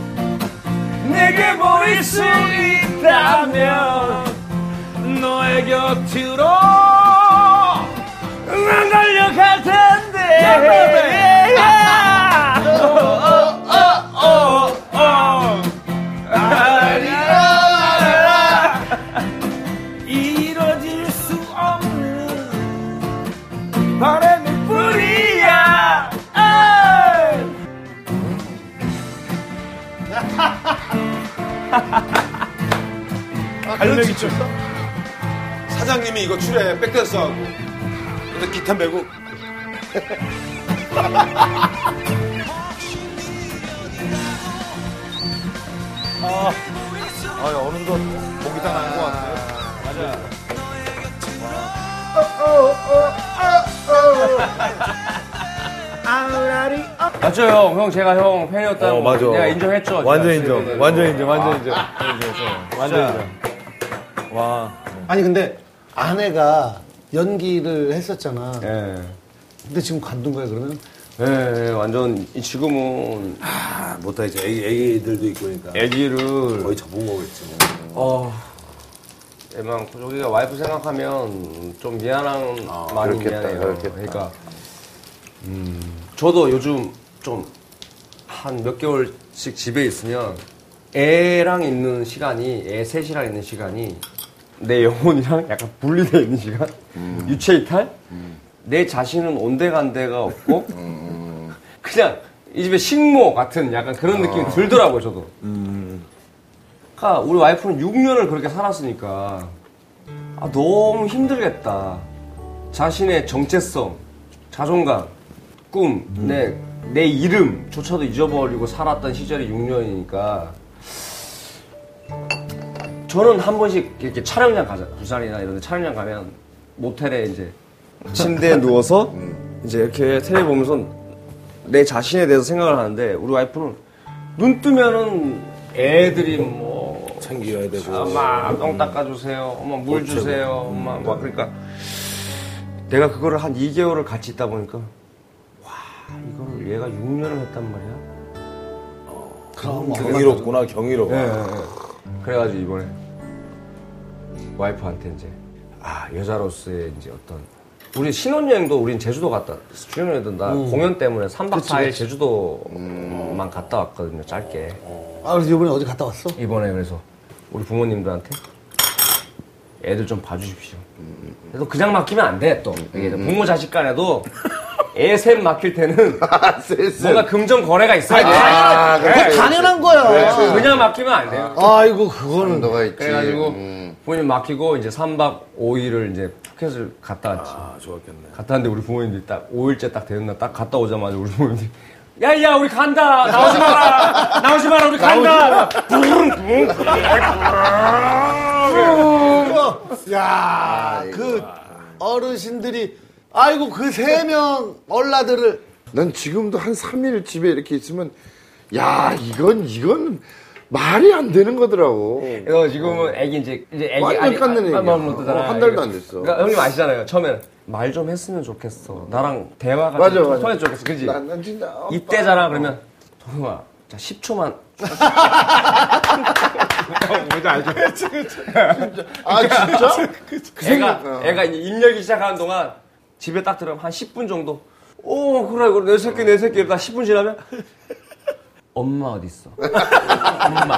S3: 내게 보일 수 있다면 너의 곁으로 난 달려갈 텐데 이뤄질 수 없는 바람의 뿌리야
S6: 알렉이 좀 사장님이 이거 출해 백댄스 하고 근데 기타 메고 아, 아 어느덧 목이 다 나는 것 같아요.
S3: 맞죠 형형 제가 형 팬이었다는
S6: 어,
S3: 거
S6: 맞아.
S3: 내가 인정했죠
S6: 완전
S3: 제가
S6: 인정,
S3: 실패해서.
S6: 완전 인정, 완전 인정, 완전 인정. 와,
S1: 아니, 근데
S6: 예.
S1: 아내가 연기를 했었잖아. 근데 지금 관둔 거야, 그러면?
S3: 예, 예, 완전 이- 지금은
S6: 아, 못다 이제 애기, 애기들도 있고 그러니까
S3: 아기를
S6: 거의 접은 거겠지 뭐.
S3: 어. 애만 저기가 와이프 생각하면 좀 미안한
S6: 아,
S3: 많이
S4: 그렇겠다,
S3: 미안해요.
S4: 그렇겠다.
S3: 그러니까 음, 저도 요즘 좀 한 몇 개월씩 집에 있으면 애랑 있는 시간이 애 셋이랑 있는 시간이 내 영혼이랑 약간 분리되어 있는 시간,
S6: 음.
S3: 유체 이탈, 내 자신은 온데간데가
S6: 어.
S3: 없고 그냥 이 집에 식모 같은 약간 그런 느낌이 들더라고요 저도. 그러니까 우리 와이프는 6년을 그렇게 살았으니까 아, 너무 힘들겠다. 자신의 정체성, 자존감, 꿈, 내, 내 이름조차도 잊어버리고 살았던 시절이 6년이니까 저는 한 번씩 이렇게 촬영장 가자 부산이나 이런 데 촬영장 가면 모텔에 이제 침대에 누워서 이제 이렇게 텔레비 보면서 내 자신에 대해서 생각을 하는데 우리 와이프는 눈 뜨면은 애들이 뭐
S6: 챙겨야 되고.
S3: 엄마 똥 닦아주세요. 엄마 물 주세요. 엄마 막 그러니까 내가 그거를 한 2개월을 같이 있다 보니까 와 이거를 얘가 6년을 했단 말이야.
S1: 그럼
S6: 경이롭구나, 경이로워.
S3: 그래가지고 이번에 와이프한테 이제 아 여자로서의 이제 어떤 우리 신혼여행도 우린 제주도 갔다 신혼여행도 나 공연 때문에 3박 4일 제주도만 갔다 왔거든요 짧게
S1: 아 그래서 이번에 어디 갔다 왔어?
S3: 이번에 그래서 우리 부모님들한테 애들 좀 봐주십시오. 그래도 그냥 맡기면 안 돼, 또.
S4: 음,
S3: 이게 부모 자식 간에도 애 셋 맡길 때는 뭔가 금전 거래가 있어야 돼.
S4: 아, 그래.
S1: 당연한 거야.
S3: 그냥 맡기면 안 돼요.
S1: 아이고 그거는
S4: 너가 있지.
S3: 그래가지고
S4: 음.
S3: 부모님 맡기고 이제 3박 5일을 이제 푸켓을 갔다 왔지.
S6: 아, 좋았겠네.
S3: 갔다 왔는데 우리 부모님들이 딱 5일째 딱 되는 날 딱 갔다 오자마자 우리 부모님들이 야야 우리 간다 나오지 마라 나오지 마라 우리 간다
S1: 야, 그 어르신들이 아이고 그 세 명 얼라들을
S4: 난 지금도 한 3일 집에 이렇게 있으면 야 이건 이건 말이 안 되는 거더라고.
S3: 그래서 지금은 애기 이제 이제 애기
S4: 어. 완전 깎는 얘기야.
S3: 마음으로 뜨잖아.
S4: 어, 한 달도 안 됐어.
S3: 그러니까 형님 아시잖아요. 처음엔 말 좀 했으면 좋겠어. 나랑 대화가
S4: 맞아,
S3: 좀
S4: 맞아.
S3: 통했으면 좋겠어. 그지?
S4: 난, 난 진짜 어,
S3: 이때잖아. 그러면 동우아, 자 10초만.
S4: 아 진짜?
S3: 애가 애가 이제 입력이 시작하는 동안 집에 딱 들어가면 한 10분 정도. 오 그래 그래 내 새끼 내 새끼 나 10분 지나면 엄마 어디 있어? 엄마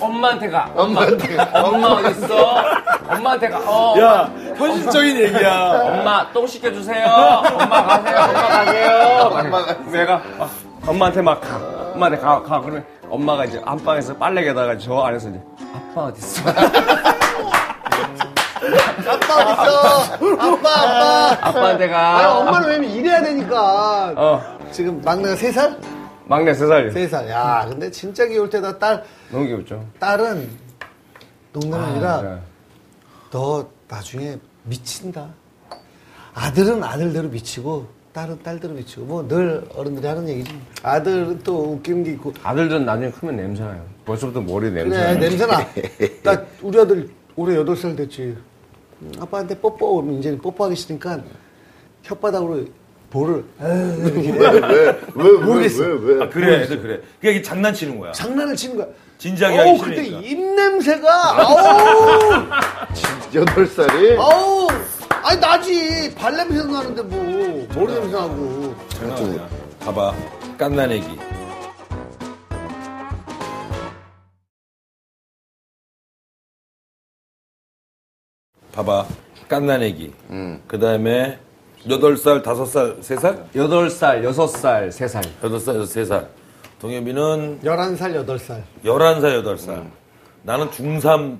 S3: 엄마한테
S4: 어,
S3: 가.
S4: 엄마한테
S3: 엄마 어디 있어? 엄마한테 가. 어,
S6: 야, 현실적인 얘기야.
S3: 엄마 똥 씻겨주세요. 엄마 가세요. 엄마 가세요. 엄마가 내가 아, 엄마한테 막 가. 엄마한테 가, 가. 그러면 엄마가 이제 안방에서 빨래 개다가 저 안에서 이제 아빠 어딨어?
S1: 아빠 어딨어? 아빠 아빠.
S3: 아빠한테
S1: 아
S3: 가.
S1: 엄마는 왜냐면 일해야 되니까.
S3: 어.
S1: 지금 막내가 세 살?
S3: 막내 세 살이요.
S1: 세 살. 야, 근데 진짜 귀여울 때다 딸
S3: 너무 귀엽죠.
S1: 딸은 농담이 아니라
S3: 네.
S1: 너 나중에 미친다. 아들은 아들대로 미치고 딸은 딸대로 미치고 뭐 늘 어른들이 하는 얘기지. 아들은 또 웃기는 게 있고
S3: 아들들은 나중에 크면 냄새나요. 벌써부터 머리
S1: 그래
S3: 냄새나요.
S1: 네, 냄새나. 나 우리 아들 올해 여덟 살 됐지. 음. 아빠한테 뽀뽀 오면 이제는 뽀뽀하기 싫으니까 혓바닥으로 볼을 모르겠어.
S4: 왜왜왜왜
S6: 그래, 애들 그래. 그게 이게 장난치는 거야.
S1: 장난을 치는 거야.
S6: 진지하게 하기
S1: 어우, 그때
S6: 싫으니까.
S1: 입냄새가 아우
S4: 여덟 살이?
S1: 아우 아니 나지 발냄새도 나는데 뭐 머리 냄새 나고
S6: 장난 아니야. 봐봐. 깐난 애기. 봐봐. 깐난 애기. 그 다음에 8살, 5살, 3살?
S3: 8살, 6살, 3살.
S6: 8살, 3살. 동엽이는
S1: 11살 8살
S6: 11살, 8살. 나는 중3,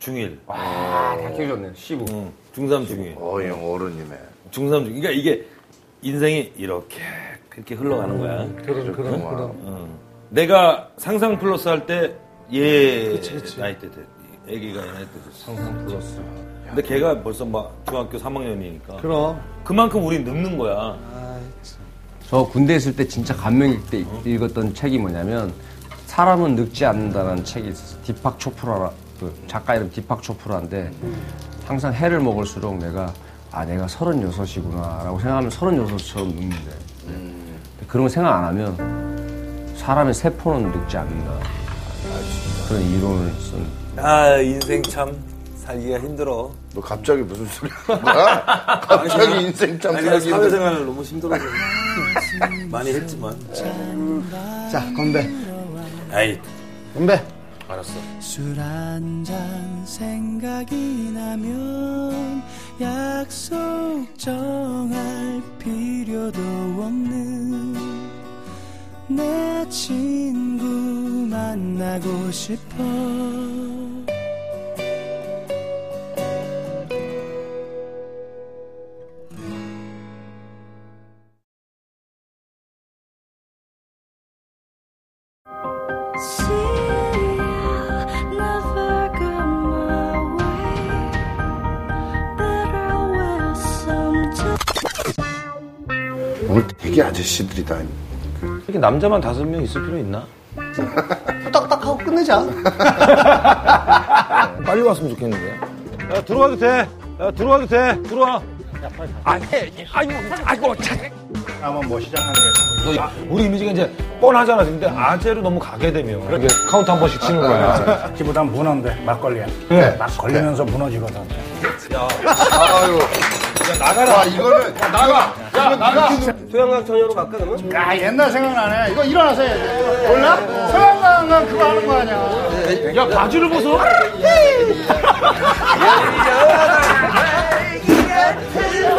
S6: 중1.
S3: 아, 다 키워줬네. 15.
S6: 응. 중3, 중1.
S4: 어형 어른이네.
S6: 중3, 중1. 그러니까 이게 인생이 이렇게, 그렇게 흘러가는 거야.
S1: 그런 그런 그런
S6: 내가 상상 플러스 할 때 얘 나이 때 돼. 애기가 얘 나이 때 됐어. 음. 상상 플러스. 근데 걔가 벌써 막 중학교 3학년이니까.
S1: 그럼
S6: 그만큼 우린 늙는 거야.
S3: 저 군대 있을 때 진짜 감명 깊게 읽- 읽었던 책이 뭐냐면 사람은 늙지 않는다라는 책이 있었어. 디팍 초프라라 그 작가 이름 디팍 초프라인데 항상 해를 먹을수록 내가 아 내가 서른여섯이구나라고 생각하면 서른여섯처럼 늙는데 그런 거 생각 안 하면 사람의 세포는 늙지 않는다. 그런 이론을 쓴.
S6: 아 인생 참 살기가 힘들어.
S4: 너 갑자기 무슨 소리 하는 거야? 갑자기 인생 참
S6: 아니,
S4: 살기 힘들어.
S6: 사회생활 너무 힘들어서 많이 했지만.
S1: 자, 건배.
S6: 아이
S1: 건배.
S6: 알았어.
S10: 술 한 잔 생각이 나면 약속 정할 필요도 없는 내 친구 만나고 싶어
S4: 오늘 되게 아저씨들이다.
S2: 이렇게 남자만 다섯 명 있을 필요 있나?
S1: 딱딱하고 끝내자.
S2: 빨리 왔으면 좋겠는데.
S6: 야, 들어와도 돼. 야, 들어와도 돼. 들어와.
S11: 한번 뭐 시작하는
S2: 너 야, 우리 이미지가 이제 뻔하잖아. 근데 아재로 너무 가게 되면 그렇게 카운트 한 번씩 치는
S6: 아,
S2: 거야.
S11: 게 기보단 무난데 막걸리야.
S2: 네.
S11: 막 걸리면서 무너지거든.
S4: 아유. 나가라. 이거는 나가.
S11: 야, 나가.
S5: 소양강 전혀로 갈까 그러면?
S11: 야 옛날 생각나네. 이거 일어나서 해야 돼. 몰라? 서양강강 그거 하는 거 아니야. 야 바지를 벗어.
S8: 노전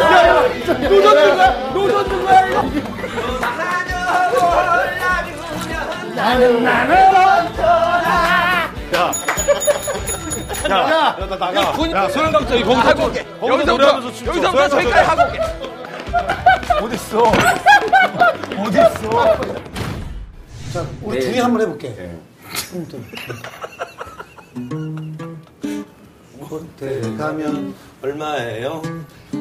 S8: 누가? 노전 누가?
S11: 나는 나는
S6: 야. 야, 야, 나 나가. 야, 소영 강자 이거 거기서 하고 올게. 거기서 노래하면서 춤춰.
S8: 여기서부터
S6: 소영
S8: 저기까지 하고
S6: 강자.
S8: 올게.
S6: 어딨어? 어딨어?
S1: 자, 우리
S6: 네.
S1: 둘이 한번 해볼게. 호텔 가면
S6: 얼마예요?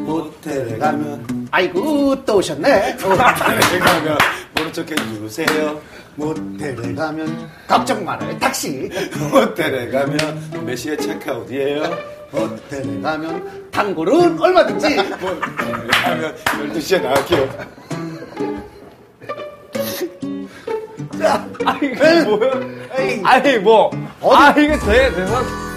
S1: 호텔 가면 아이고 또 오셨네. 호텔 가면 모른 척 해주세요. 모텔에 가면 걱정 말아요 택시.
S6: 호텔에 가면 몇 시에 체크아웃이에요?
S1: 호텔에 가면 탕골은 얼마든지.
S6: 가면 12시에 나갈게요.
S1: 자,
S3: 아니, 뭐야? 아니, 뭐. 아, 이게 돼, 대박.